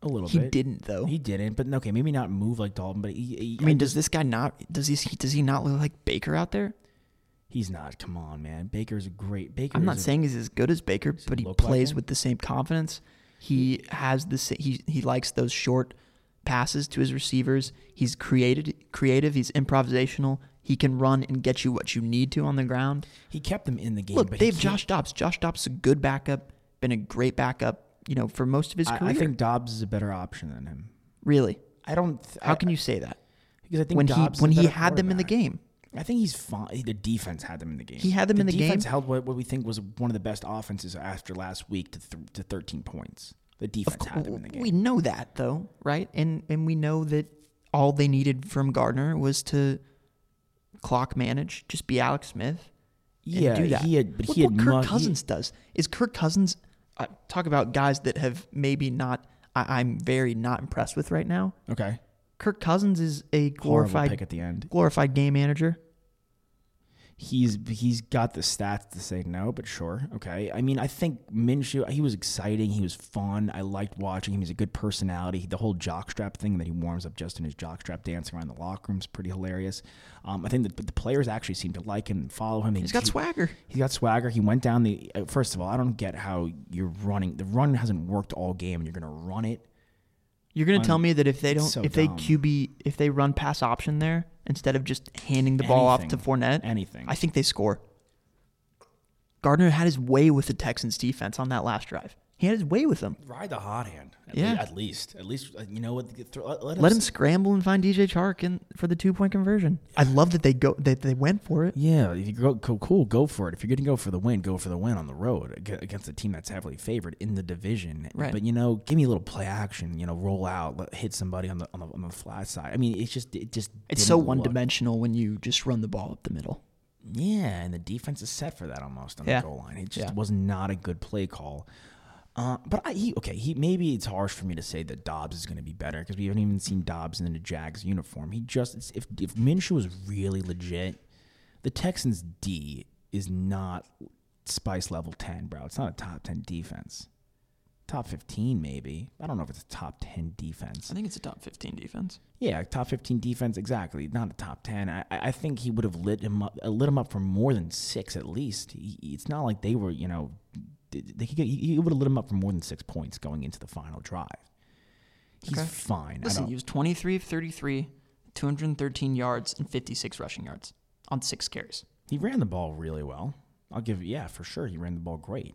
A: a little
E: He
A: bit.
E: didn't though.
A: He didn't, but okay, maybe not move like Dalton, but he, he-
E: I mean, does this guy not? Does he? Does he not look like Baker out there?
A: he's not. Come on, man. Baker's a great. Baker.
E: I'm
A: is
E: not
A: a-
E: saying he's as good as Baker, but he
A: look like
E: plays
A: him?
E: with the same confidence. He has the sa- he he likes those short passes to his receivers. He's created creative. He's improvisational. He can run and get you what you need to on the ground.
A: he kept them in the game.
E: Look,
A: but
E: they
A: he
E: have
A: can't-
E: Josh Dobbs. Josh Dobbs is a good backup. Been a great backup. You know, for most of his
A: I,
E: career.
A: I think Dobbs is a better option than him.
E: really.
A: I don't. Th-
E: How
A: I-
E: can you say that
A: Because I think
E: when
A: Dobbs
E: he
A: is
E: when
A: a
E: he
A: better
E: had them in the
A: quarterback.
E: game?
A: I think he's fine. The defense had them in the game.
E: He had them in the
A: defense
E: game?
A: held what, what we think was one of the best offenses after last week to th- to 13 points. The defense had them in the game.
E: We know that though, right? And and we know that all they needed from Gardner was to clock manage, just be Alex Smith. and
A: yeah,
E: do that.
A: he had, but
E: Look
A: he had
E: what Kirk
A: mu- he-
E: Cousins does. Is Kirk Cousins uh, talk about guys that have maybe not? I, I'm very not impressed with right now.
A: okay.
E: Kirk Cousins is a
A: Horrible
E: glorified
A: pick at the end.
E: glorified game manager.
A: he's he's got the stats to say no, but sure, okay. I mean, I think Minshew he was exciting, he was fun. I liked watching him. He's a good personality. The whole jockstrap thing that he warms up just in his jockstrap dancing around the locker room is pretty hilarious. Um, I think that the players actually seem to like him and follow him.
E: He's got swagger.
A: He got swagger. He went down the. uh, First of all, I don't get how you're running. The run hasn't worked all game, and you're gonna run it.
E: You're gonna tell me that if they don't,
A: so
E: if they
A: dumb.
E: QB, if they run pass option there instead of just handing the ball off to
A: Anything.
E: Fournette,
A: Anything.
E: I think they score. Gardner had his way with the Texans defense on that last drive. He had his way with them.
A: Ride the hot hand. At
E: Yeah.
A: Le- at least, at least, uh, you know what? th- Let, let
E: Let him scramble and find DJ Chark in, for the two point conversion. I love that they go that they went for it.
A: Yeah, if you go, go cool, go for it. If you're going to go for the win, go for the win on the road ag- against a team that's heavily favored in the division.
E: Right.
A: But you know, give me a little play action. You know, roll out, let, hit somebody on the on the, on the flat side. I mean, it's just it just
E: It's
A: didn't
E: so one
A: look-
E: dimensional when you just run the ball up the middle.
A: Yeah, and the defense is set for that almost on
E: Yeah.
A: the goal line. It just
E: Yeah.
A: was not a good play call. Uh, but I, he okay. He maybe it's harsh for me to say that Dobbs is going to be better because we haven't even seen Dobbs in the Jags uniform. He just it's, if if Minshew was really legit, the Texans D is not spice level ten, bro. It's not a top ten defense. Top fifteen maybe. I don't know if it's a top ten defense.
E: think it's a top fifteen defense.
A: Yeah, top fifteen defense, exactly. Not a top ten. I, I I think he would have lit him up, uh, lit him up for more than six at least. He, it's not like they were, you know, they, they could get, he, he would have lit him up for more than six points going into the final drive. He's
E: Okay.
A: fine. I
E: Listen,
A: don't-
E: he was 23 of 33, 213 yards, and 56 rushing yards on six carries.
A: he ran the ball really well. I'll give yeah for sure. He ran the ball great.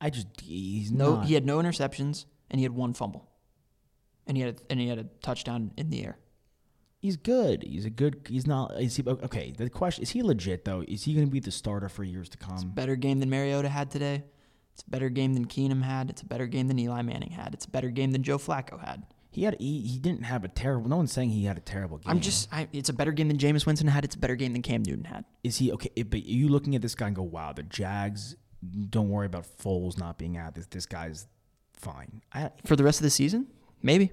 A: I just he's
E: No,
A: not.
E: he had no interceptions, and he had one fumble, and he had a, and he had a touchdown in the air.
A: he's good. He's a good. He's not. Is he okay? The question is he legit though? Is he going to be the starter for years to come?
E: Better game than Mariota had today. It's a better game than Keenum had. It's a better game than Eli Manning had. It's a better game than Joe Flacco had.
A: He had he, he didn't have a terrible. No one's saying he had a terrible game.
E: I'm just, I, it's a better game than Jameis Winston had. It's a better game than Cam Newton had.
A: is he okay? it- But you looking at this guy and go, wow, the Jags. Don't worry about Foles not being out. This this guy's fine. I
E: For the rest of the season, maybe.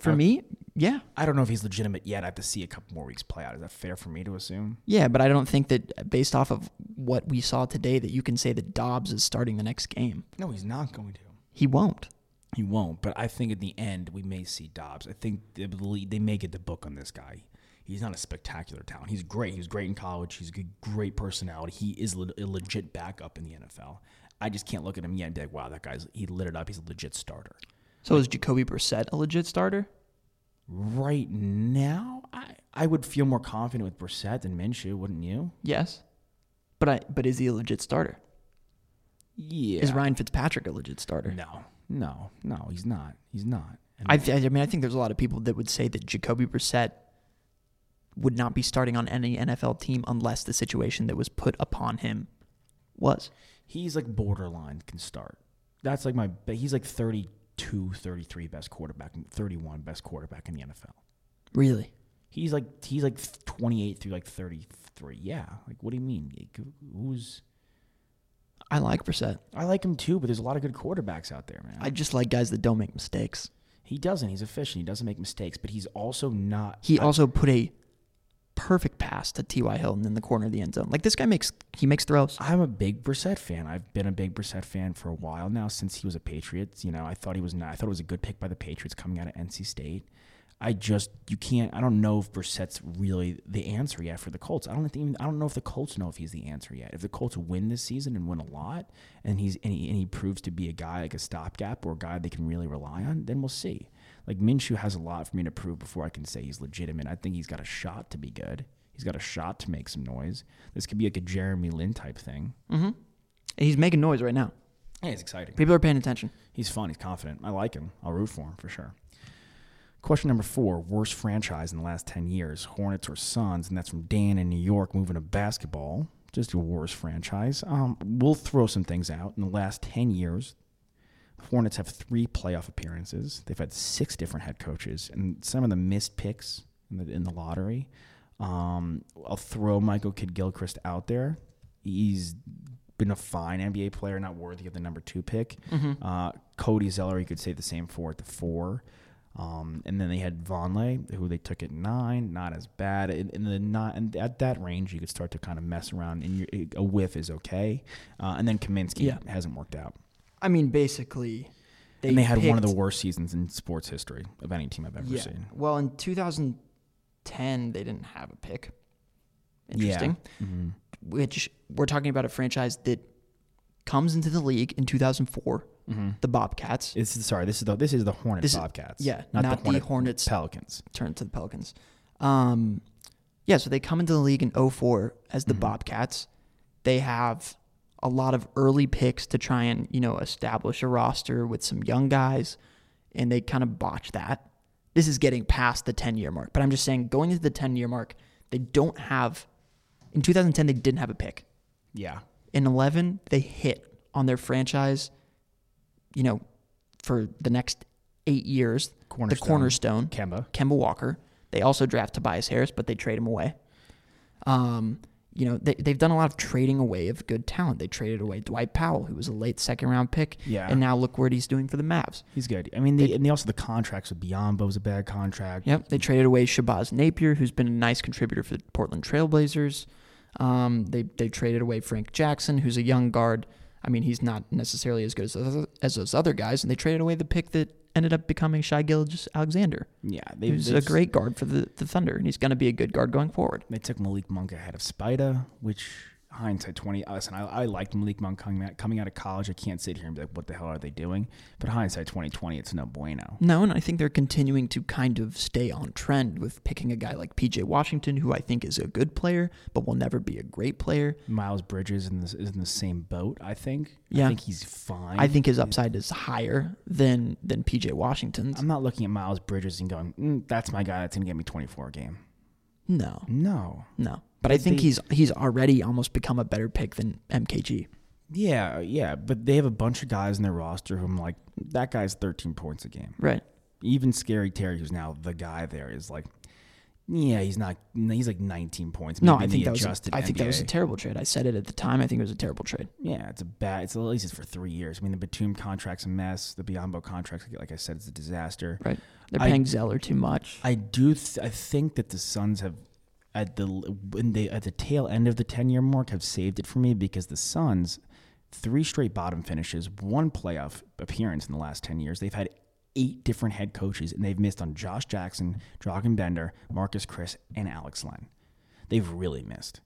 E: For me, yeah,
A: I don't know if he's legitimate yet. I have to see a couple more weeks play out. Is that fair for me to assume?
E: yeah, but I don't think that based off of what we saw today, that you can say that Dobbs is starting the next game.
A: No, he's not going to.
E: He won't.
A: He won't. But I think at the end we may see Dobbs. I think they believe- they may get the book on this guy. He's not a spectacular talent. He's great. He was great in college. He's a good, great personality. He is le- a legit backup in the NFL. I just can't look at him yet and be like, wow, that guy's he lit it up. He's a legit starter.
E: So is Jacoby Brissett a legit starter?
A: Right now, I, I would feel more confident with Brissett than Minshew, wouldn't you?
E: Yes, but I but is he a legit starter?
A: Yeah.
E: Is Ryan Fitzpatrick a legit starter?
A: No, no, no. He's not. He's not.
E: I, I mean, I think there's a lot of people that would say that Jacoby Brissett would not be starting on any NFL team unless the situation that was put upon him was.
A: He's like borderline can start. That's like my. but He's like 32, 33 best quarterback, 31 best quarterback in the NFL.
E: Really?
A: He's like he's like 28 through like 33. Yeah. Like what do you mean? Like, who's
E: I like Brissett.
A: I like him too, but there's a lot of good quarterbacks out there, man.
E: I just like guys that don't make mistakes.
A: he doesn't. He's efficient. He doesn't make mistakes, but he's also not.
E: He also put a perfect pass to T.Y. Hilton in the corner of the end zone. Like this guy makes he makes throws.
A: I'm a big Brissett fan. I've been a big Brissett fan for a while now since he was a Patriots. You know, I thought he was not. I thought it was a good pick by the Patriots coming out of NC State. I just you can't. I don't know if Brissett's really the answer yet for the Colts. I don't think even. I don't know if the Colts know if he's the answer yet. If the Colts win this season and win a lot, and he's and he, and he proves to be a guy like a stopgap or a guy they can really rely on, then we'll see. Like Minshew has a lot for me to prove before I can say he's legitimate. I think he's got a shot to be good. He's got a shot to make some noise. This could be like a Jeremy Lin type thing.
E: And he's making noise right now.
A: Yeah, it's exciting.
E: People are paying attention.
A: He's fun. He's confident. I like him. I'll root for him for sure. Question number four worst franchise in the last 10 years, Hornets or Suns? And that's from Dan in New York moving to basketball. Just your worst franchise. Um, we'll throw some things out. In the last 10 years, the Hornets have three playoff appearances. They've had six different head coaches, and some of the missed picks in the, in the lottery. Um, I'll throw Michael Kidd Gilchrist out there. He's been a fine NBA player, not worthy of the number two pick. Uh, Cody Zeller, you could say the same for at the four. Um, and then they had Vonleh, who they took at nine, not as bad. And, and the not and at that range, you could start to kind of mess around, and you, a whiff is okay. Uh, and then Kaminsky
E: Yeah.
A: hasn't worked out
E: I mean, basically, they
A: and they had one of
E: picked-
A: the worst seasons in sports history of any team I've ever
E: Yeah.
A: seen.
E: Well, in 2010, they didn't have a pick. Interesting. Which we're talking about a franchise that comes into the league in 2004, the Bobcats.
A: It's sorry. This is the this is the Hornets
E: This is-
A: Bobcats.
E: yeah, not the Hornets.
A: Pelicans.
E: turn to the Pelicans. Um, yeah, so they come into the league in 04 as the Bobcats. They have a lot of early picks to try and, you know, establish a roster with some young guys, and they kind of botch that. This is getting past the 10 year mark, but I'm just saying going into the 10 year mark, they don't have, in 2010, they didn't have a pick.
A: Yeah,
E: In 11, they hit on their franchise, you know, for the next eight years, the
A: Cornerstone.
E: cornerstone.
A: Kemba.
E: Kemba Walker. They also draft Tobias Harris, but they trade him away. Um, you know, they, they've done a lot of trading away of good talent. They traded away Dwight Powell, who was a late second round pick.
A: Yeah.
E: And now look what he's doing for the Mavs.
A: He's good. I mean, they, and they also the contracts with Biombo was a bad contract.
E: Yep. They traded away Shabazz Napier, who's been a nice contributor for the Portland Trailblazers. Um, they, they traded away Frank Jackson, who's a young guard. I mean, he's not necessarily as good as those, other- as those other guys. And they traded away the pick that ended up becoming Shai Gilgis Alexander.
A: Yeah, they,
E: Who's
A: they
E: a great guard for the, the Thunder, and he's going to be a good guard going forward.
A: They took Malik Monk ahead of Spida, which hindsight twenty. uh, Listen, I, I liked Malik Monk coming out, coming out of college. I can't sit here and be like, what the hell are they doing? But hindsight twenty twenty, it's no bueno.
E: No, and I think they're continuing to kind of stay on trend with picking a guy like PJ Washington, who I think is a good player, but will never be a great player.
A: Miles Bridges in this, is in the same boat. I think.
E: Yeah.
A: I think he's fine.
E: I think his upside is higher than than PJ Washington's.
A: I'm not looking at Miles Bridges and going, mm, "That's my guy. That's gonna get me 24 a game."
E: No,
A: No.
E: no, but I think he's he's already almost become a better pick than MKG.
A: Yeah, yeah, but they have a bunch of guys in their roster who I'm like, that guy's 13 points a game.
E: Right.
A: Even Scary Terry, who's now the guy there, is like, yeah, he's not. He's like 19 points.
E: No,
A: maybe
E: I think
A: the
E: that was a,
A: adjusted
E: I think that was a
A: NBA.
E: terrible trade. I said it at the time. I think it was a terrible trade.
A: Yeah, it's a bad. It's at least it's for three years. I mean, the Batum contract's a mess. The Biombo contract's like I said, it's a disaster.
E: Right. They're
A: I-
E: paying Zeller too much.
A: I do. Th- I think that the Suns have at the when they at the tail end of the ten year mark have saved it for me because the Suns three straight bottom finishes, one playoff appearance in the last ten years. They've had eight different head coaches and they've missed on Josh Jackson, Dragan Bender, Marcus Chris, and Alex Len. They've really missed.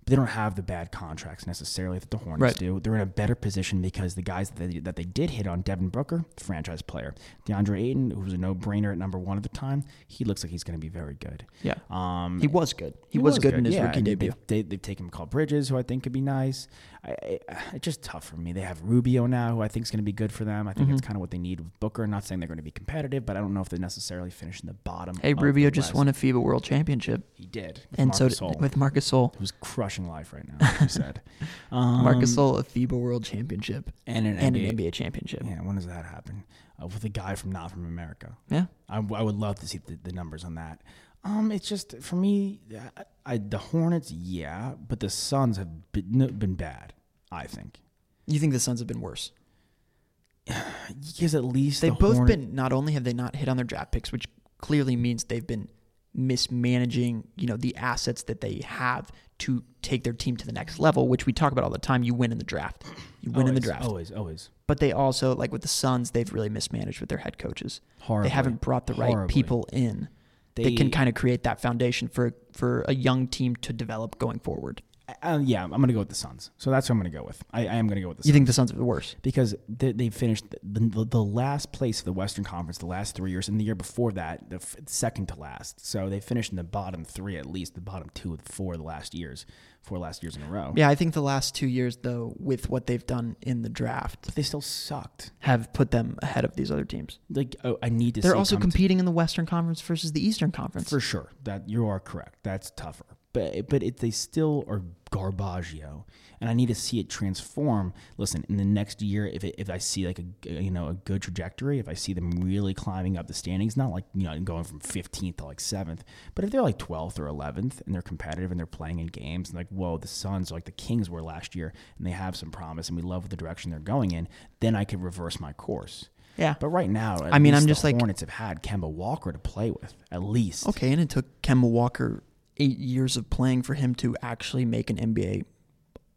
A: but they don't have the bad contracts necessarily that the Hornets
E: Right.
A: do. They're in a better position because the guys that they, that they did hit on, Devin Booker, franchise player, DeAndre Ayton, who was a no-brainer at number one at the time, he looks like he's going to be very good.
E: Yeah.
A: Um,
E: He was good. He, was, good, in his
A: yeah,
E: rookie
A: and
E: debut.
A: They, they, have taken Call Bridges, who I think could be nice. I, I, it's just tough for me. They have Rubio now, who I think is going to be good for them. I think it's
E: Mm-hmm.
A: kind of what they need with Booker. Not saying they're going to be competitive, but I don't know if they're necessarily finishing the bottom.
E: Hey,
A: of
E: Rubio
A: the
E: just
A: West.
E: won a FIBA World Championship,
A: He did. with
E: and so
A: Marc
E: did,
A: Gasol,
E: with Marcus Sol.
A: who's crushing life right now. Like you said. Um,
E: <laughs> Marcus Sol, a FIBA World Championship,
A: and an
E: and
A: NBA.
E: an NBA championship.
A: Um, Yeah, when does that happen? Uh, with a guy from not from America.
E: Yeah.
A: I, I would love to see the, the numbers on that. Um, it's just for me, I, I, the Hornets, yeah, but the Suns have been, been bad. I think
E: You think the Suns have been worse?
A: because at least
E: They've
A: the
E: both
A: Hornet-
E: been. Not only have they not hit on their draft picks, which clearly means they've been mismanaging, you know, the assets that they have to take their team to the next level, which we talk about all the time. You win in the draft. You win in the
A: always,
E: draft.
A: always, always.
E: But they also, like with the Suns, they've really mismanaged with their head coaches.
A: Horribly.
E: They haven't brought the right
A: Horribly.
E: people in. They,
A: They-
E: can kind of create that foundation for for a young team to develop going forward.
A: Uh, yeah, I'm gonna go with the Suns. So that's what I'm gonna go with. I, I am gonna go with the
E: You
A: Suns
E: think the Suns are worse?
A: because they, they finished the, the, the last place of the Western Conference the last three years, and the year before that, the f- second to last. So they finished in the bottom three at least, the bottom two of four of the last years, four last years in a row.
E: Yeah, I think the last two years, though, with what they've done in the draft,
A: but they still sucked.
E: have put them ahead of these other teams.
A: Like oh, I need to.
E: They're
A: see
E: also
A: come to-
E: competing in the Western Conference versus the Eastern Conference.
A: for sure. That you are correct. That's tougher. But but it, they still are garbaggio, and I need to see it transform. Listen, in the next year, if it, if I see like a you know a good trajectory, if I see them really climbing up the standings, not like you know going from fifteenth to like seventh, but if they're like twelfth or eleventh and they're competitive and they're playing in games, and like whoa, the Suns are like the Kings were last year, and they have some promise, and we love the direction they're going in, then I could reverse my course.
E: Yeah.
A: But right now, at
E: I mean,
A: least
E: I'm
A: the
E: just like-
A: Hornets have had Kemba Walker to play with, at least.
E: Okay, and it took Kemba Walker eight years of playing for him to actually make an NBA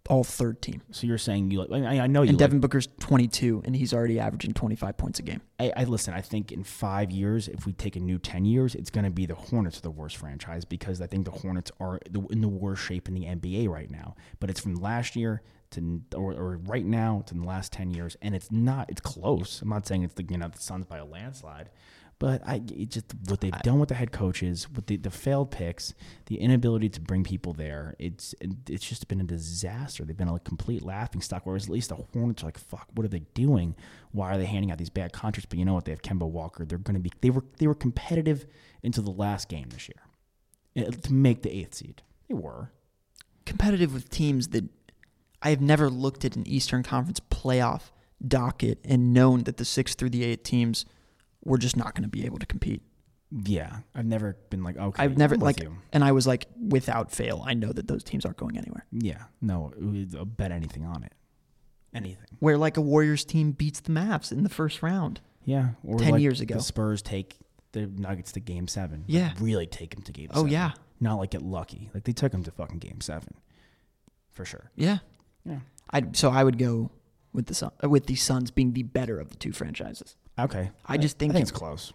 E: All Third team.
A: So you're saying you? Like, I, mean, I know you.
E: And
A: like-
E: Devin Booker's 22, and he's already averaging 25 points a game.
A: I, I listen. I think in five years, if we take a new ten years, it's going to be the Hornets are the worst franchise because I think the Hornets are the, in the worst shape in the NBA right now. But it's from last year to or, or right now to the last ten years, and it's not. It's close. I'm not saying it's the you know the Suns by a landslide, but I it just what they've done with the head coaches, with the, the failed picks, the inability to bring people there. It's it's just been a disaster. They've been a complete laughing stock. Whereas at least the Hornets are like, fuck, what are they doing? Why are they handing out these bad contracts? But you know what? They have Kemba Walker. They're going to be. They were they were competitive until the last game this year eh, to make the eighth seed. They were.
E: competitive with teams that I have never looked at an Eastern Conference playoff docket and known that the six through the eight teams were just not going to be able to compete.
A: Yeah, I've never been like okay.
E: I've never
A: I'm with
E: like,
A: you.
E: and I was like, without fail, I know that those teams aren't going anywhere.
A: Yeah, no, I'll bet anything on it. Anything.
E: Where like a Warriors team beats the Mavs in the first round.
A: Yeah, or
E: 10 years ago.
A: the Spurs take the Nuggets to Game Seven. Like,
E: Yeah.
A: really take them to Game.
E: Oh,
A: seven.
E: yeah.
A: not like get lucky. Like they took them to fucking Game Seven, for sure.
E: Yeah,
A: Yeah.
E: I so I would go with the Sun, uh, with the Suns being the better of the two franchises.
A: Okay.
E: I just think
A: I think
E: it-
A: it's close.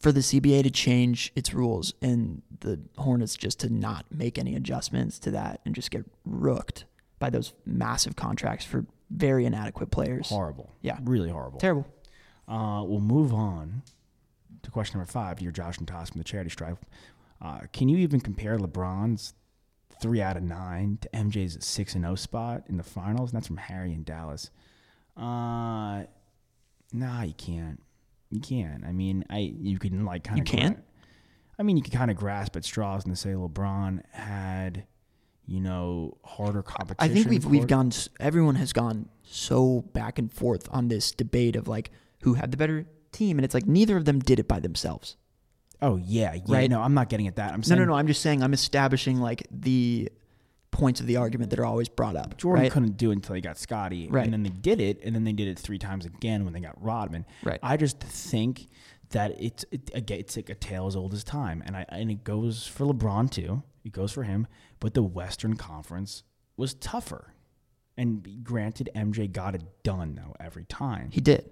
E: for the CBA to change its rules and the Hornets just to not make any adjustments to that and just get rooked by those massive contracts for very inadequate players.
A: Horrible.
E: Yeah.
A: Really horrible.
E: Terrible.
A: Uh, we'll move on to question number five. You're Josh and Toss from the Charity Stripe. Uh, can you even compare LeBron's three out of nine to MJ's six and zero spot in the finals? And that's from Harry in Dallas. Uh, nah, you can't. You can't. I mean, I you can like kind
E: You
A: of
E: can't?
A: I mean, you can kind of grasp at straws and to say LeBron had, you know, harder
E: I
A: competition.
E: think we've
A: for-
E: we've gone s- everyone has gone so back and forth on this debate of like who had the better team and it's like neither of them did it by themselves.
A: Oh yeah, yeah.
E: Right.
A: No, I'm not getting at that. I'm
E: No,
A: saying
E: no, no, I'm just saying I'm establishing like the points of the argument that are always brought up.
A: Jordan
E: right?
A: couldn't do it until he got Scotty.
E: Right.
A: And then they did it, and then they did it three times again when they got Rodman.
E: Right.
A: I just think that it's it, again, it's like a tale as old as time, and I and it goes for LeBron too. It goes for him, but the Western Conference was tougher. And granted, MJ got it done though every time.
E: He did.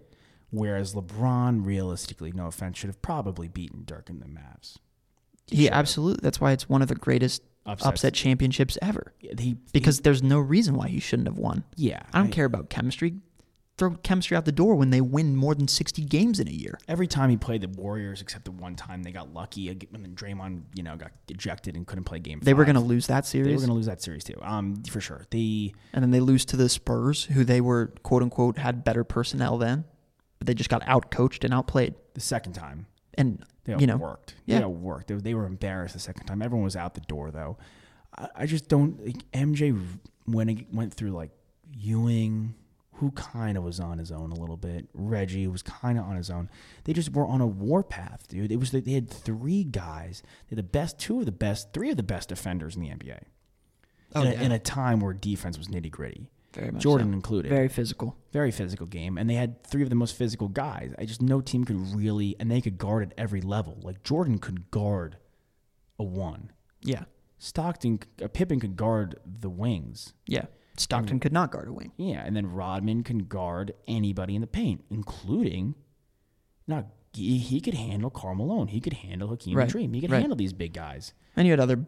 A: Whereas LeBron, realistically, no offense, should have probably beaten Dirk and the Mavs.
E: He absolutely. That's why it's one of the greatest
A: Upsets.
E: upset championships ever
A: He
E: because there's no reason why you shouldn't have won.
A: Yeah,
E: I don't
A: I-
E: care about chemistry. Throw chemistry out the door when they win more than 60 games in a year.
A: Every time he played the Warriors, except the one time they got lucky, ag- and then Draymond, you know, got ejected and couldn't play game.
E: They were
A: five.
E: going to lose that
A: They were
E: series.
A: going to lose that series too, um, for sure. The
E: and then they lose to the Spurs, who they were, quote unquote, had better personnel then, but they just got out coached and outplayed.
A: the second time,
E: And,
A: they
E: you know,
A: worked.
E: yeah.
A: they worked. They, they were embarrassed the second time. Everyone was out the door though. I, I just don't. Like, MJ went went through like Ewing, who kind of was on his own a little bit. Reggie was kind of on his own. They just were on a war path, dude. It was like they had three guys. They had the best, two of the best, three of the best defenders in the NBA. in, a, in a time where defense was nitty gritty.
E: Oh, Very much
A: Jordan
E: so.
A: included.
E: very physical.
A: Very physical game, and they had three of the most physical guys. I just no team could really, and they could guard at every level. Like Jordan could guard a one.
E: Yeah.
A: Stockton, uh, Pippen could guard the wings.
E: Yeah. Stockton could not guard a wing.
A: Yeah, and then Rodman can guard anybody in the paint, including not he, he could handle Karl Malone. He could handle Hakeem
E: Right,
A: Dream. He could
E: right.
A: handle these big guys.
E: And you had other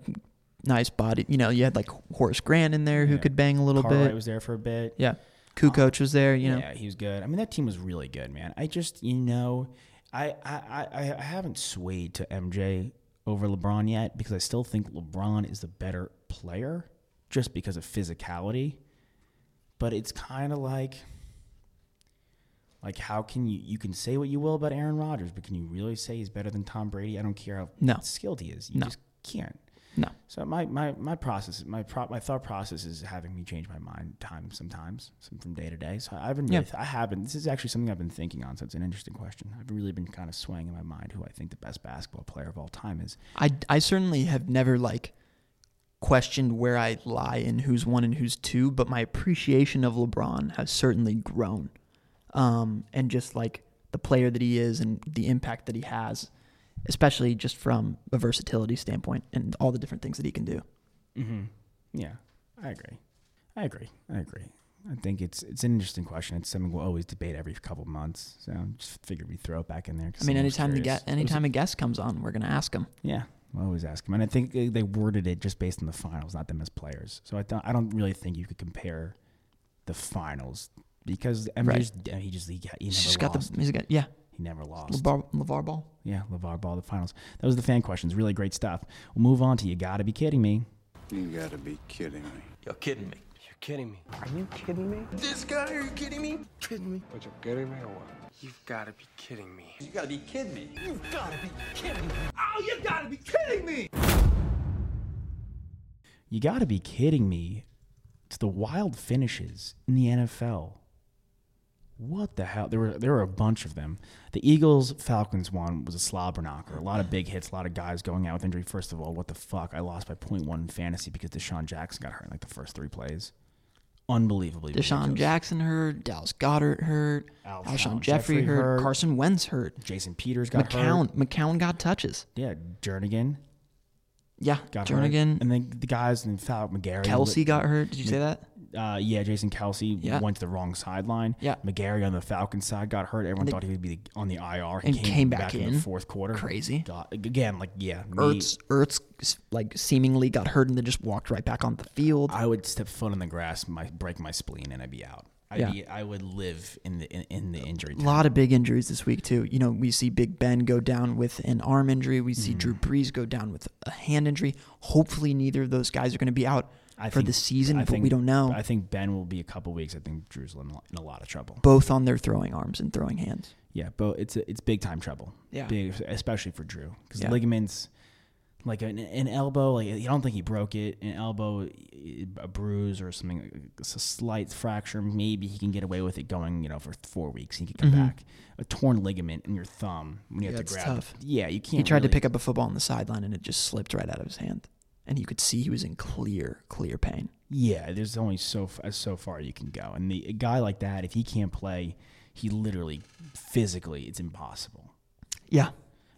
E: nice body. You know, you had like Horace Grant in there who could bang a little
A: Cartwright
E: bit.
A: was there for a bit.
E: yeah. Kukoc was there, you know.
A: Yeah, he was good. I mean, that team was really good, man. I just, you know, I I, I, I haven't swayed to MJ over LeBron yet because I still think LeBron is the better player just because of physicality. But it's kind of like, like how can you you can say what you will about Aaron Rodgers, but can you really say he's better than Tom Brady? I don't care how
E: No.
A: skilled he is. You
E: No.
A: just can't.
E: No.
A: So my my my process, my pro, my thought process is having me change my mind time sometimes, some from day to day. So I've been really,
E: Yeah.
A: I haven't. This is actually something I've been thinking on. So it's an interesting question. I've really been kind of swaying in my mind who I think the best basketball player of all time is.
E: I, I certainly have never like questioned where I lie in who's one and who's two, but my appreciation of LeBron has certainly grown. Um, and just like the player that he is and the impact that he has, especially just from a versatility standpoint and all the different things that he can do.
A: Yeah, I agree. I agree. I agree. I think it's it's an interesting question. It's something we'll always debate every couple months. So I just figured we would throw it back in there. 'cause
E: I mean,
A: someone's
E: anytime the
A: curious.
E: get anytime a guest comes on, we're gonna ask him.
A: Yeah, I always ask him, and I think uh, they they worded it just based on the finals, not them as players. So I don't, I don't really think you could compare the finals because I mean,
E: Right.
A: just, he just he, got- he never
E: He's just got
A: lost.
E: the he's got yeah
A: he never lost.
E: Levar, Levar Ball.
A: Yeah, Levar Ball, the finals. That was the fan questions. Really great stuff. We'll move on to you. Got to be kidding me.
F: You gotta be kidding me.
G: You're kidding me.
H: You're kidding me. Are you kidding me?
G: This guy, are you kidding me?
H: Kidding me? But you're kidding me or what? You've got to be kidding me.
G: You gotta be kidding me.
A: You got to be kidding me. It's the wild finishes in the NFL. What the hell? There were there were a bunch of them. The Eagles Falcons one was a slobber knocker. A lot of big hits. A lot of guys going out with injury. First of all, what the fuck? I lost by point one in fantasy because Deshaun Jackson got hurt in like the first three plays. Unbelievably.
E: Deshaun
A: ridiculous.
E: Jackson hurt, Dallas Goddard hurt,
A: Alshon
E: Alshon
A: Jeffrey
E: Jeffrey, hurt,
A: hurt.
E: Carson Wentz hurt,
A: Jason Peters got
E: McCown
A: hurt.
E: McCown got touches.
A: Yeah, Jernigan
E: Yeah,
A: got
E: Jernigan,
A: hurt. and then the guys in Fal McGarry.
E: Kelsey got hurt. Did you say that?
A: uh, yeah, Jason Kelsey
E: Yeah.
A: went to the wrong sideline.
E: Yeah. McGarry
A: McGarry on the Falcons side got hurt. Everyone
E: they-
A: thought he would be on the IR. He
E: and came back
A: in the
E: in.
A: fourth quarter.
E: Crazy.
A: God, again, like yeah, me-
E: Ertz Ertz s- like seemingly got hurt and then just walked right back on the field.
A: I would step foot on the grass, my break my spleen, and I'd be out. I'd
E: Yeah.
A: be, I would live in the in, in the injury.
E: A
A: tent.
E: lot of big injuries this week too. You know, we see Big Ben go down with an arm injury. We
A: Mm.
E: see Drew Brees go down with a hand injury. Hopefully, neither of those guys are going to be out
A: I
E: for
A: think-
E: the season,
A: I
E: but
A: think-
E: we don't know.
A: I think Ben will be a couple weeks. I think Drew's in a- in a lot of trouble.
E: Both on their throwing arms and throwing hands.
A: Yeah, but it's it's big time trouble.
E: Yeah.
A: big, especially for Drew because
E: Yeah.
A: ligaments, like an, an elbow, like I don't think he broke it. An elbow, i- a bruise or something, it's a slight fracture. Maybe he can get away with it going, you know, for four weeks. He could come back. A torn ligament in your thumb when you
E: Mm-hmm. Yeah,
A: have
E: it's
A: to grab.
E: tough.
A: Yeah, you can't.
E: He tried to
A: really-
E: pick up a football on the sideline and it just slipped right out of his hand, and you could see he was in clear, clear pain.
A: Yeah, there's only so f- so far you can go, and the a guy like that, if he can't play, he literally physically, it's impossible.
E: Yeah,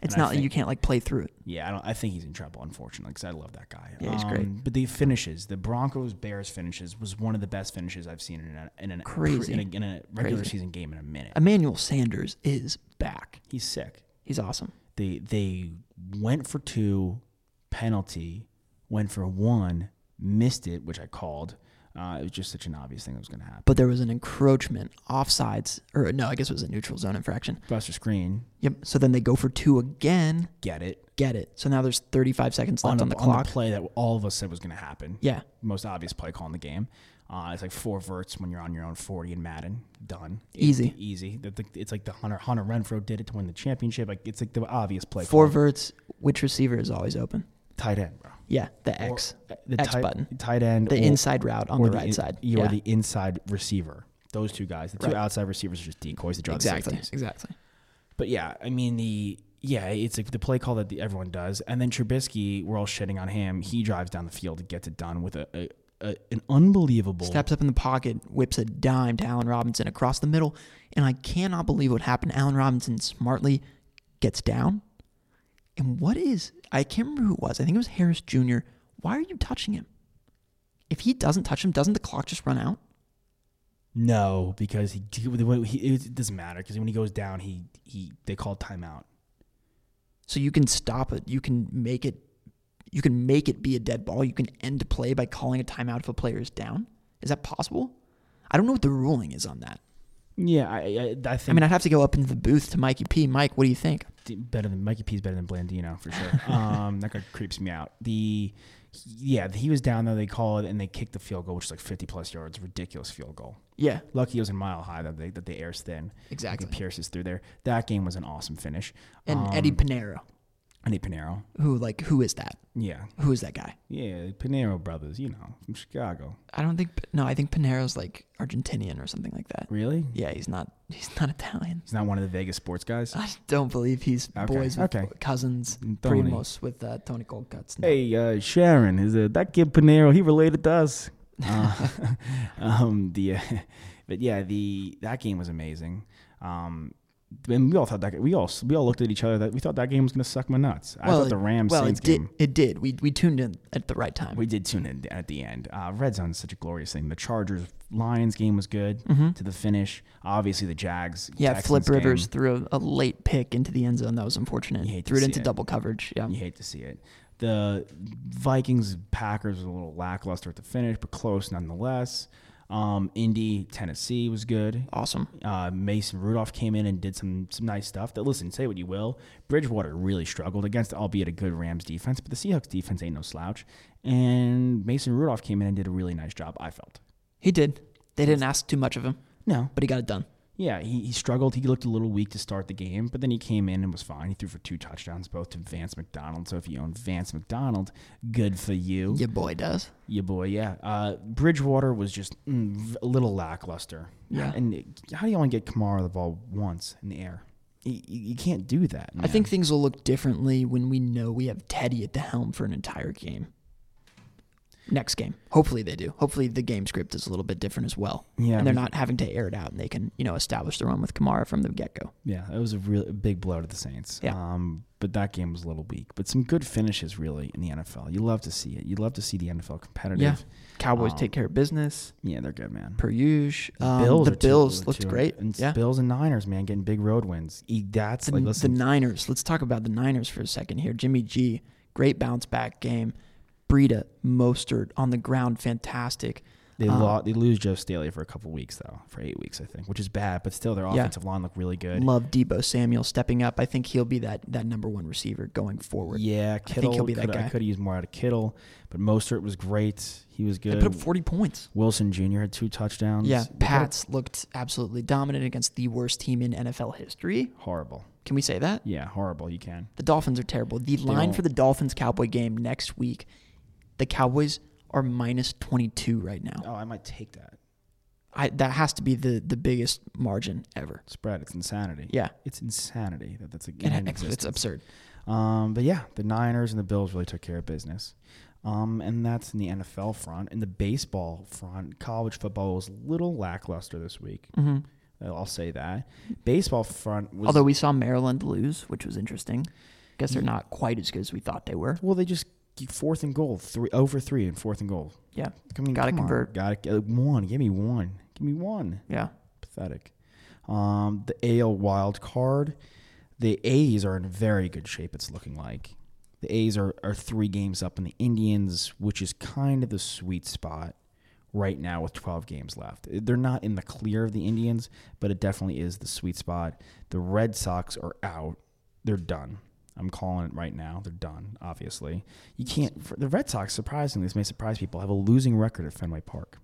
E: it's
A: And I
E: not that you
A: think-
E: can't like play through it.
A: Yeah, I don't. I think he's in trouble, unfortunately, because I love that guy. Um,
E: Yeah, he's great.
A: But the finishes, the Broncos Bears finishes, was one of the best finishes I've seen in a in a
E: Crazy.
A: in a, in a regular
E: Crazy.
A: season game in a minute.
E: Emmanuel Sanders is back.
A: he's sick.
E: He's awesome.
A: They they went for two penalty when for one missed it, which I called. Uh, it was just such an obvious thing that was going to happen.
E: But there was an encroachment, offsides, or no, I guess it was a neutral zone infraction.
A: Buster screen,
E: Yep. So then they go for two again.
A: get it
E: Get it. So now there's 35 seconds left on, the
A: on
E: clock.
A: play that all of us said was going to happen.
E: Yeah.
A: most obvious play call in the game. Uh, it's like four verts when you're on your own 40 in Madden. Done.
E: Easy.
A: It's easy. The- the- It's like the Hunter Hunter Renfro did it to win the championship. Like it's like the obvious play.
E: Four
A: call.
E: verts. Which receiver is always open?
A: tight end, bro. Uh,
E: Yeah, the X.
A: The
E: X
A: tight,
E: button.
A: tight end,
E: The
A: or-
E: inside route on
A: or
E: the right
A: in-
E: side.
A: You
E: Yeah.
A: are the inside receiver. Those two guys, the two
E: Right.
A: outside receivers, are just decoys to draw the
E: Exactly.
A: safeties.
E: Exactly.
A: But yeah, I mean the yeah, it's like the play call that the, everyone does, and then Trubisky, we're all shitting on him. He drives down the field and gets it done with a, a, a an unbelievable.
E: Steps up in the pocket, whips a dime to Allen Robinson across the middle, and I cannot believe what happened. Allen Robinson smartly gets down. And what is I can't remember who it was. I think it was Harris Jr. Why are you touching him? If he doesn't touch him, doesn't the clock just run out?
A: No, because he, he, he it doesn't matter because when he goes down, he he they call timeout.
E: So you can stop it. You can make it you can make it be a dead ball. You can end a play by calling a timeout if a player is down. Is that possible? I don't know what the ruling is on that.
A: Yeah, I I, I think
E: I mean, I'd have to go up into the booth to Mikey P. Mike, what do you think?
A: better than Mikey P is better than Blandino for <laughs> sure. um, that guy creeps me out. The yeah, he was down there. They call it and they kick the field goal, which is like fifty plus yards, ridiculous field goal.
E: Yeah.
A: Lucky it was a mile high that they that they airs thin.
E: Exactly.
A: It pierces through there. That game was an awesome finish.
E: And
A: Um,
E: Eddie Pinero,
A: Eddie Pinero.
E: who like who is that?
A: Yeah,
E: Who is that guy?
A: yeah, Pinero brothers. You know, from Chicago.
E: I don't think no, I think Pinero's like Argentinian or something like that.
A: Really?
E: Yeah, he's not he's not Italian. <laughs>
A: He's not one of the Vegas sports guys.
E: I don't believe he's
A: Okay,
E: boys with
A: okay.
E: cousins,
A: Tony.
E: primos with uh, Tony Goldcuts. No.
A: Hey, uh, Sharon, is uh, that kid Pinero? He related to
E: <laughs>
A: us. Uh, <laughs> um, the, uh, but yeah, the that game was amazing. Um, and we all thought that we all we all looked at each other that we thought that game was gonna suck my nuts. I thought the
E: it-
A: Rams.
E: Well,
A: same
E: it
A: game.
E: did. It did. We we tuned in at the right time.
A: We did tune in at the end. Uh, Red Zone is such a glorious thing. The Chargers Lions game was good to the finish. Obviously, the Jags.
E: Mm-hmm. yeah,
A: Texans
E: Flip Rivers
A: game,
E: threw a, a late pick into the end zone. That was unfortunate.
A: You hate to
E: threw it
A: see
E: into
A: it.
E: double coverage. Yeah.
A: You hate to see it. The Vikings Packers was a little lackluster at the finish, but close nonetheless. Um, Indy Tennessee was good.
E: Awesome.
A: Uh, Mason Rudolph came in and did some some nice stuff. That listen, say what you will, Bridgewater really struggled against, albeit a good Rams defense, but the Seahawks defense ain't no slouch. And Mason Rudolph came in and did a really nice job. I felt
E: He did. They didn't ask too much of him,
A: no,
E: but he got it done.
A: Yeah, he, he struggled. He looked a little weak to start the game, but then he came in and was fine. He threw for two touchdowns, both to Vance McDonald. So if you own Vance McDonald, good for you.
E: Your boy does.
A: Yeah, boy, yeah. Uh, Bridgewater was just mm, v- a little lackluster.
E: Yeah.
A: And it- how do you only get Kamara the ball once in the air? You, you you can't do that.
E: I
A: man.
E: think things will look differently when we know we have Teddy at the helm for an entire game. Next game. Hopefully they do. Hopefully the game script is a little bit different as well.
A: Yeah,
E: And they're
A: we-
E: not having to air it out and they can, you know, establish the run with Kamara from the get go.
A: Yeah, it was a real a big blow to the Saints.
E: Yeah.
A: Um, but that game was a little weak. But some good finishes, really, in the NFL. You love to see it. You love to see the NFL competitive.
E: Yeah. Cowboys
A: Um,
E: take care of business.
A: Yeah, they're good, man.
E: Per usual. Um,
A: Bills
E: the
A: are two-
E: Bills
A: are
E: looked
A: two-
E: great.
A: And
E: yeah.
A: Bills and Niners, man, getting big road wins. E- That's
E: the,
A: like
E: the
A: listen,
E: Niners. Let's talk about the Niners for a second here. Jimmy G, great bounce back game. Breida, Mostert on the ground, fantastic.
A: they
E: um,
A: lo- they lose Joe Staley for a couple weeks though, for eight weeks I think, which is bad. But still, their
E: Yeah.
A: offensive line looked really good.
E: Love Debo Samuel stepping up. I think he'll be that that number one receiver going forward.
A: yeah,
E: he'll
A: Kittle.
E: be that
A: coulda-
E: guy.
A: I could have used more out of Kittle, but Mostert was great. He was
E: They
A: good.
E: put up 40 points.
A: Wilson Jr. had two touchdowns.
E: Yeah,
A: They put up-
E: Pats looked absolutely dominant against the worst team in NFL history.
A: horrible.
E: Can we say that?
A: Yeah, horrible. You can.
E: The Dolphins are terrible. The line
A: don't-
E: for the Dolphins Cowboy game next week, the Cowboys are minus 22 right now.
A: Oh, I might take that
E: I, that has to be the, the biggest margin ever.
A: spread. It's insanity.
E: Yeah.
A: it's insanity that that's a
E: And
A: in
E: it's, it's
A: existence.
E: absurd.
A: Um, but yeah, the Niners and the Bills really took care of business. Um, and that's in the NFL front. In the baseball front, college football was a little lackluster this week. I'll say that. Baseball front was
E: Mm-hmm. Although we saw Maryland lose, which was interesting. Guess they're not quite as good as we thought they were.
A: well, they just fourth and goal, three over three and fourth and goal.
E: Yeah.
A: I mean,
E: Gotta
A: come on.
E: convert.
A: Gotta get one. Give me one. Give me one.
E: Yeah.
A: Pathetic. Um, the AL wild card. The A's are in very good shape. It's looking like The A's are, are three games up on the Indians, which is kind of the sweet spot right now with 12 games left. Eh, They're not in the clear of the Indians, but it definitely is the sweet spot. The Red Sox are out. They're done. I'm calling it right now. They're done, obviously. You can't, for the Red Sox, surprisingly, this may surprise people, have a losing record at Fenway Park.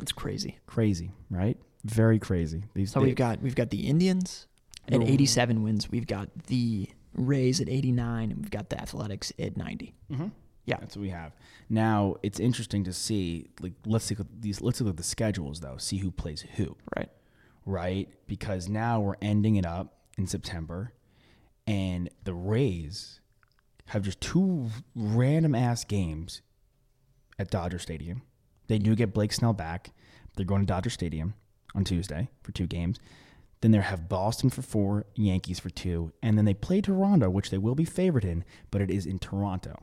E: It's crazy.
A: Crazy, right? Very crazy. These
E: So
A: they-
E: we've got we've got the Indians at 87 wins. We've got the Rays at 89, and we've got the Athletics at 90. Mm-hmm. Yeah,
A: That's what we have. Now it's interesting to see. Like, let's look at these. Let's look at the schedules though. See who plays who,
E: right.
A: right? Because now we're ending it up in September, and the Rays have just two random ass games at Dodger Stadium. They do get Blake Snell back. They're going to Dodger Stadium on Tuesday for two games. Then they have Boston for four, Yankees for two, and then they play Toronto, which they will be favored in, but it is in Toronto.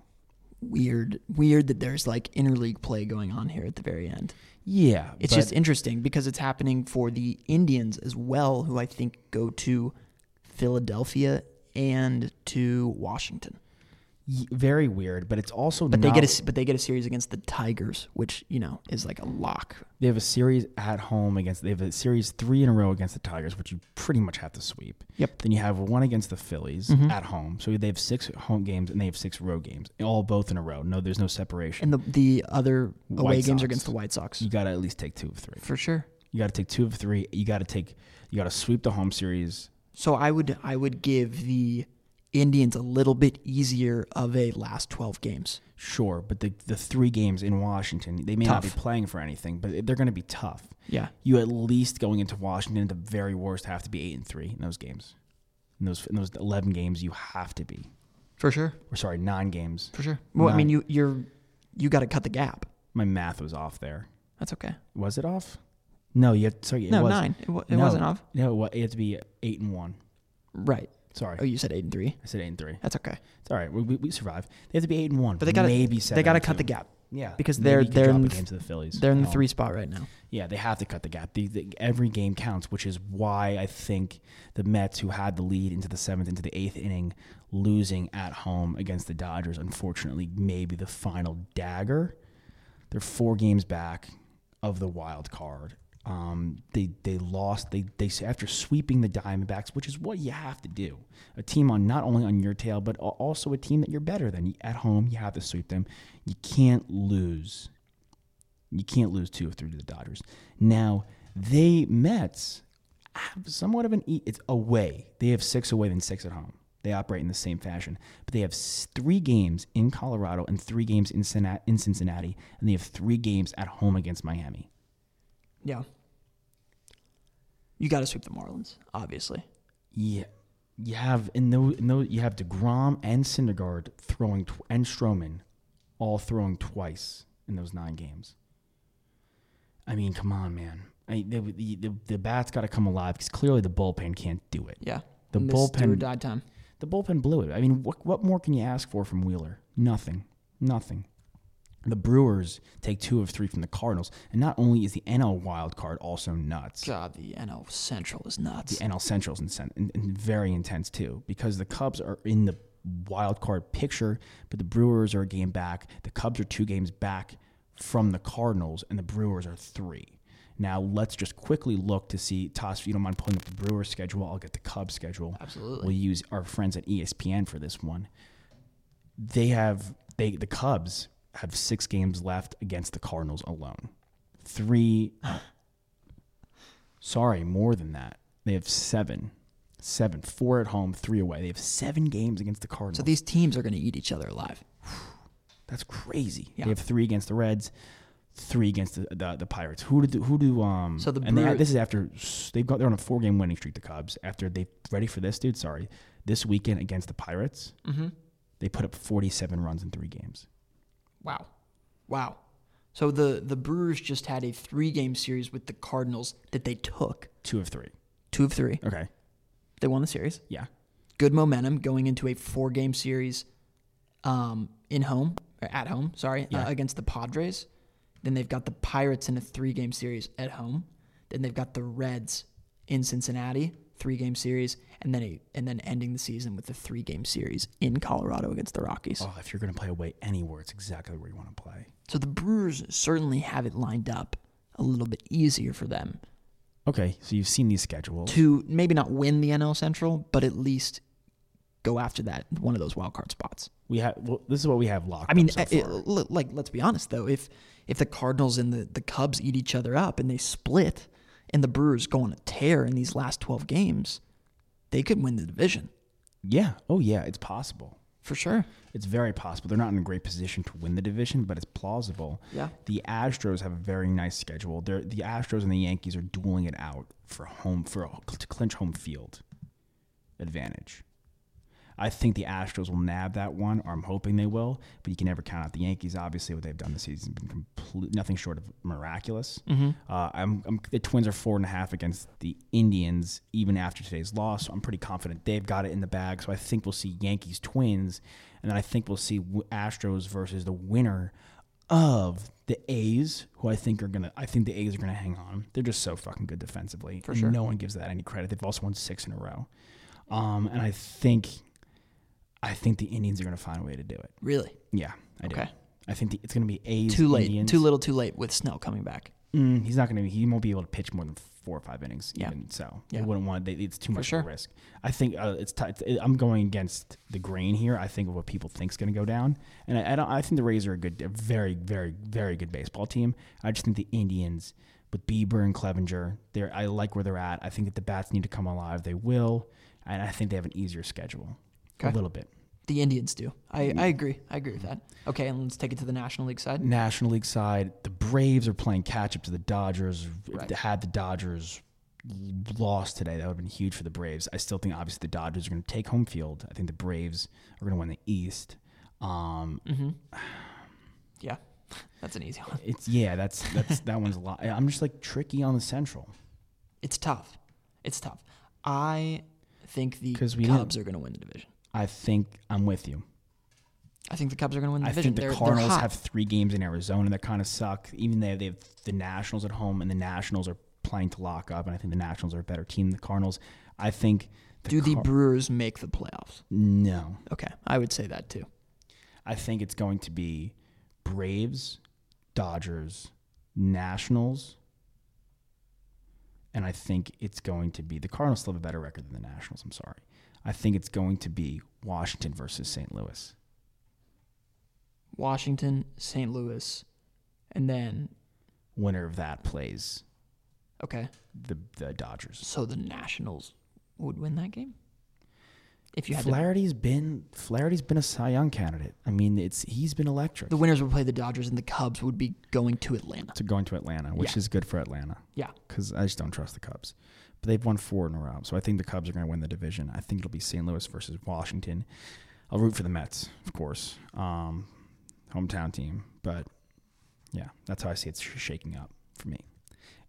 E: Weird, weird that there's like interleague play going on here at the very end.
A: Yeah,
E: It's
A: but-
E: just interesting because it's happening for the Indians as well, who I think go to Philadelphia and to Washington.
A: Y- very weird, but it's also
E: But they get a
A: not-
E: s- but they get a series against the Tigers, which you know is like a lock.
A: they have a series at home against they have a series three in a row against the Tigers, which you pretty much have to sweep.
E: Yep. Mm-hmm.
A: Then you have one against the Phillies at home, so they have six home games and they have six road games, all both in a row. No, there's no separation.
E: And the the other away
A: White Sox.
E: games
A: Mm-hmm.
E: are against the White Sox
A: you got to at least take two of three.
E: for sure.
A: You got to take two of three. You got to take you got to sweep the home series.
E: So I would I would give the Indians a little bit easier of a last 12 games.
A: Sure, but the the three games in Washington, they may not be
E: Tough.
A: playing for anything, but they're going to be tough.
E: Yeah.
A: you at least going into Washington at the very worst have to be eight and three in those games. In those in those eleven games, you have to be,
E: For sure.
A: or sorry, nine games.
E: For sure. Well, I
A: Nine.
E: mean you you're you got to cut the gap.
A: My math was off there.
E: That's okay.
A: Was it off? No, you have sorry. It
E: No,
A: was.
E: nine. It wa- it wasn't off.
A: No, it wa- it had to be eight and one.
E: Right.
A: Sorry,
E: Oh, you said 8 and 3.
A: I said eight and three.
E: That's okay.
A: It's all right. We, we, we survive. They have to be eight and one,
E: But they got to
A: maybe seven.
E: they got to
A: and
E: cut the
A: two.
E: gap.
A: Yeah,
E: Because
A: maybe
E: they're
A: you could
E: they're
A: drop
E: in
A: a
E: the,
A: game to the Phillies.
E: They're in the
A: Um,
E: 3 spot right now.
A: Yeah, they have to cut the gap. The, the, every game counts, which is why I think the Mets, who had the lead into the seventh, into the eighth inning, losing at home against the Dodgers, unfortunately, maybe the final dagger. They're four games back of the wild card. Um, they they lost. They they after sweeping the Diamondbacks, which is what you have to do. A team on not only on your tail, but al- also a team that you're better than at home. You have to sweep them. You can't lose you can't lose two of three to the Dodgers. Now they Mets have somewhat of an e- it's away. They have six away than six at home. They operate in the same fashion, but they have s- three games in Colorado and three games in Cincinnati, in Cincinnati, and they have three games at home against Miami.
E: Yeah. You got to sweep the Marlins, obviously.
A: Yeah, you have in those, in those you have Degrom and Syndergaard throwing tw- and Stroman, all throwing twice in those nine games. I mean, come on, man. I, the, the, the, the bats got to come alive because clearly the bullpen can't do it.
E: Yeah.
A: The
E: And this
A: bullpen-
E: do or die time.
A: The bullpen blew it. I mean, what, what more can you ask for from Wheeler? Nothing. Nothing. The Brewers take two of three from the Cardinals, and not only is the NL wild card also nuts.
E: God, the NL Central is nuts.
A: the NL Central's insen- in, in very intense too because the Cubs are in the wild card picture, but the Brewers are a game back. The Cubs are two games back from the Cardinals, and the Brewers are three. Now let's just quickly look to see. Toss, if you don't mind pulling up the Brewers schedule, I'll get the Cubs schedule. Absolutely, we'll use our friends at E ESPN for this one. They have they the Cubs have six games left against the Cardinals alone. Three Sorry, more than that. They have seven. Seven. Four at home, three away. They have seven games against the Cardinals.
E: So these teams are going to eat each other alive.
A: That's crazy.
E: Yeah.
A: They have three against the Reds, three against the the, the Pirates. Who did who do um?
E: So the
A: and they,
E: Brewer-
A: this is after s- they've got they're on a four game winning streak. The Cubs after they ready for this dude. Sorry, this weekend against the Pirates,
E: Mm-hmm.
A: they put up forty seven runs in three games.
E: Wow. Wow. So the the Brewers just had a three game series with the Cardinals that they took
A: Two of three.
E: two of three.
A: Okay.
E: They won the series.
A: Yeah.
E: Good momentum going into a four game series, um, in home or at home. Sorry, uh, against the Padres. Then they've got the Pirates in a three game series at home. Then they've got the Reds in Cincinnati, three game series, and then a, and then ending the season with a three game series in Colorado against the Rockies.
A: Oh, if you're going to play away anywhere, it's exactly where you want to play.
E: So the Brewers certainly have it lined up a little bit easier for them
A: Okay, so you've seen these schedules.
E: to maybe not win the NL Central, but at least go after that one of those wild card spots.
A: We have well, this is what we have locked.
E: I mean, eh,
A: up so
E: it-
A: far.
E: l- like let's be honest though, if if the Cardinals and the, the Cubs eat each other up and they split, and the Brewers go on a tear in these last twelve games, they could win the division
A: yeah. Oh, yeah. It's possible.
E: for sure.
A: It's very possible. They're not in a great position to win the division, but it's plausible.
E: Yeah.
A: The Astros have a very nice schedule. They're, the Astros and the Yankees are dueling it out for home for to clinch home field advantage. I think the Astros will nab that one, or I'm hoping they will. But you can never count out the Yankees. Obviously, what they've done this season has been complete, nothing short of miraculous. Uh, I'm, I'm, the Twins are four and a half against the Indians, even after today's loss. So I'm pretty confident they've got it in the bag. So I think we'll see Yankees Twins, and then I think we'll see w- Astros versus the winner of the A's, who I think are gonna. I think the A's are gonna hang on. They're just so fucking good defensively. For sure, no one gives that any credit. They've also won six in a row. Um, and I think, I think the Indians are going to find a way to do it.
E: Really,
A: Yeah, I do.
E: Okay.
A: I think the, it's going to be A's.
E: too late,
A: Indians.
E: too little, too late with Snell coming back.
A: Mm, he's not going to. He won't be able to pitch more than four or five innings.
E: Yeah.
A: Even, so
E: Yeah.
A: they wouldn't want. They, it's too much
E: sure.
A: of a risk. I think uh, it's. T- it's- I'm going against the grain here. I think of what people think's going to go down, and I, I don't. I think the Rays are a good, a very, very, very good baseball team. I just think the Indians with Bieber and Clevenger. They're. I like where they're at. I think that the bats need to come alive. They will, and I think they have an easier schedule. A
E: Okay.
A: little bit.
E: The Indians do. I, I agree. I agree with that. Okay, and let's take it to the National League side.
A: National League side, the Braves are playing catch up to the Dodgers. If
E: Right.
A: they Had the Dodgers lost today, that would have been huge for the Braves. I still think obviously the Dodgers are going to take home field. I think the Braves are going to win the East.
E: <laughs>
A: Um,
E: Yeah, that's an easy one.
A: It's yeah, that's that's that one's a lot. I'm just like tricky on the Central.
E: It's tough. It's tough. I think the
A: 'Cause we
E: Cubs
A: didn't-
E: are going to win the division.
A: I think I'm with you.
E: I think the Cubs are going to win the
A: I
E: division.
A: think the
E: They're- they're
A: Cardinals
E: hot.
A: have three games in Arizona that kind of suck. Even though they have the Nationals at home, and the Nationals are playing to lock up, and I think the Nationals are a better team than the Cardinals. I think. The
E: Do the
A: Car-
E: Brewers make the playoffs?
A: no?
E: Okay, I would say that too.
A: I think it's going to be Braves, Dodgers, Nationals, and I think it's going to be the Cardinals still have a better record than the Nationals. I'm sorry. I think it's going to be Washington versus St. Louis.
E: Washington, St. Louis, and then
A: Winner of that plays
E: okay,
A: the the Dodgers.
E: so the Nationals would win that game. If you had to,
A: Flaherty's been Flaherty's been a Cy Young candidate. I mean, it's he's been electric.
E: the winners would play the Dodgers, and the Cubs would be going to Atlanta.
A: to going to Atlanta, which
E: Yeah.
A: is good for Atlanta.
E: Yeah,
A: because I just don't trust the Cubs. But they've won four in a row, so I think the Cubs are going to win the division. I think it'll be St. Louis versus Washington. I'll root for the Mets, of course, um, hometown team. But yeah, that's how I see it's sh- shaking up for me.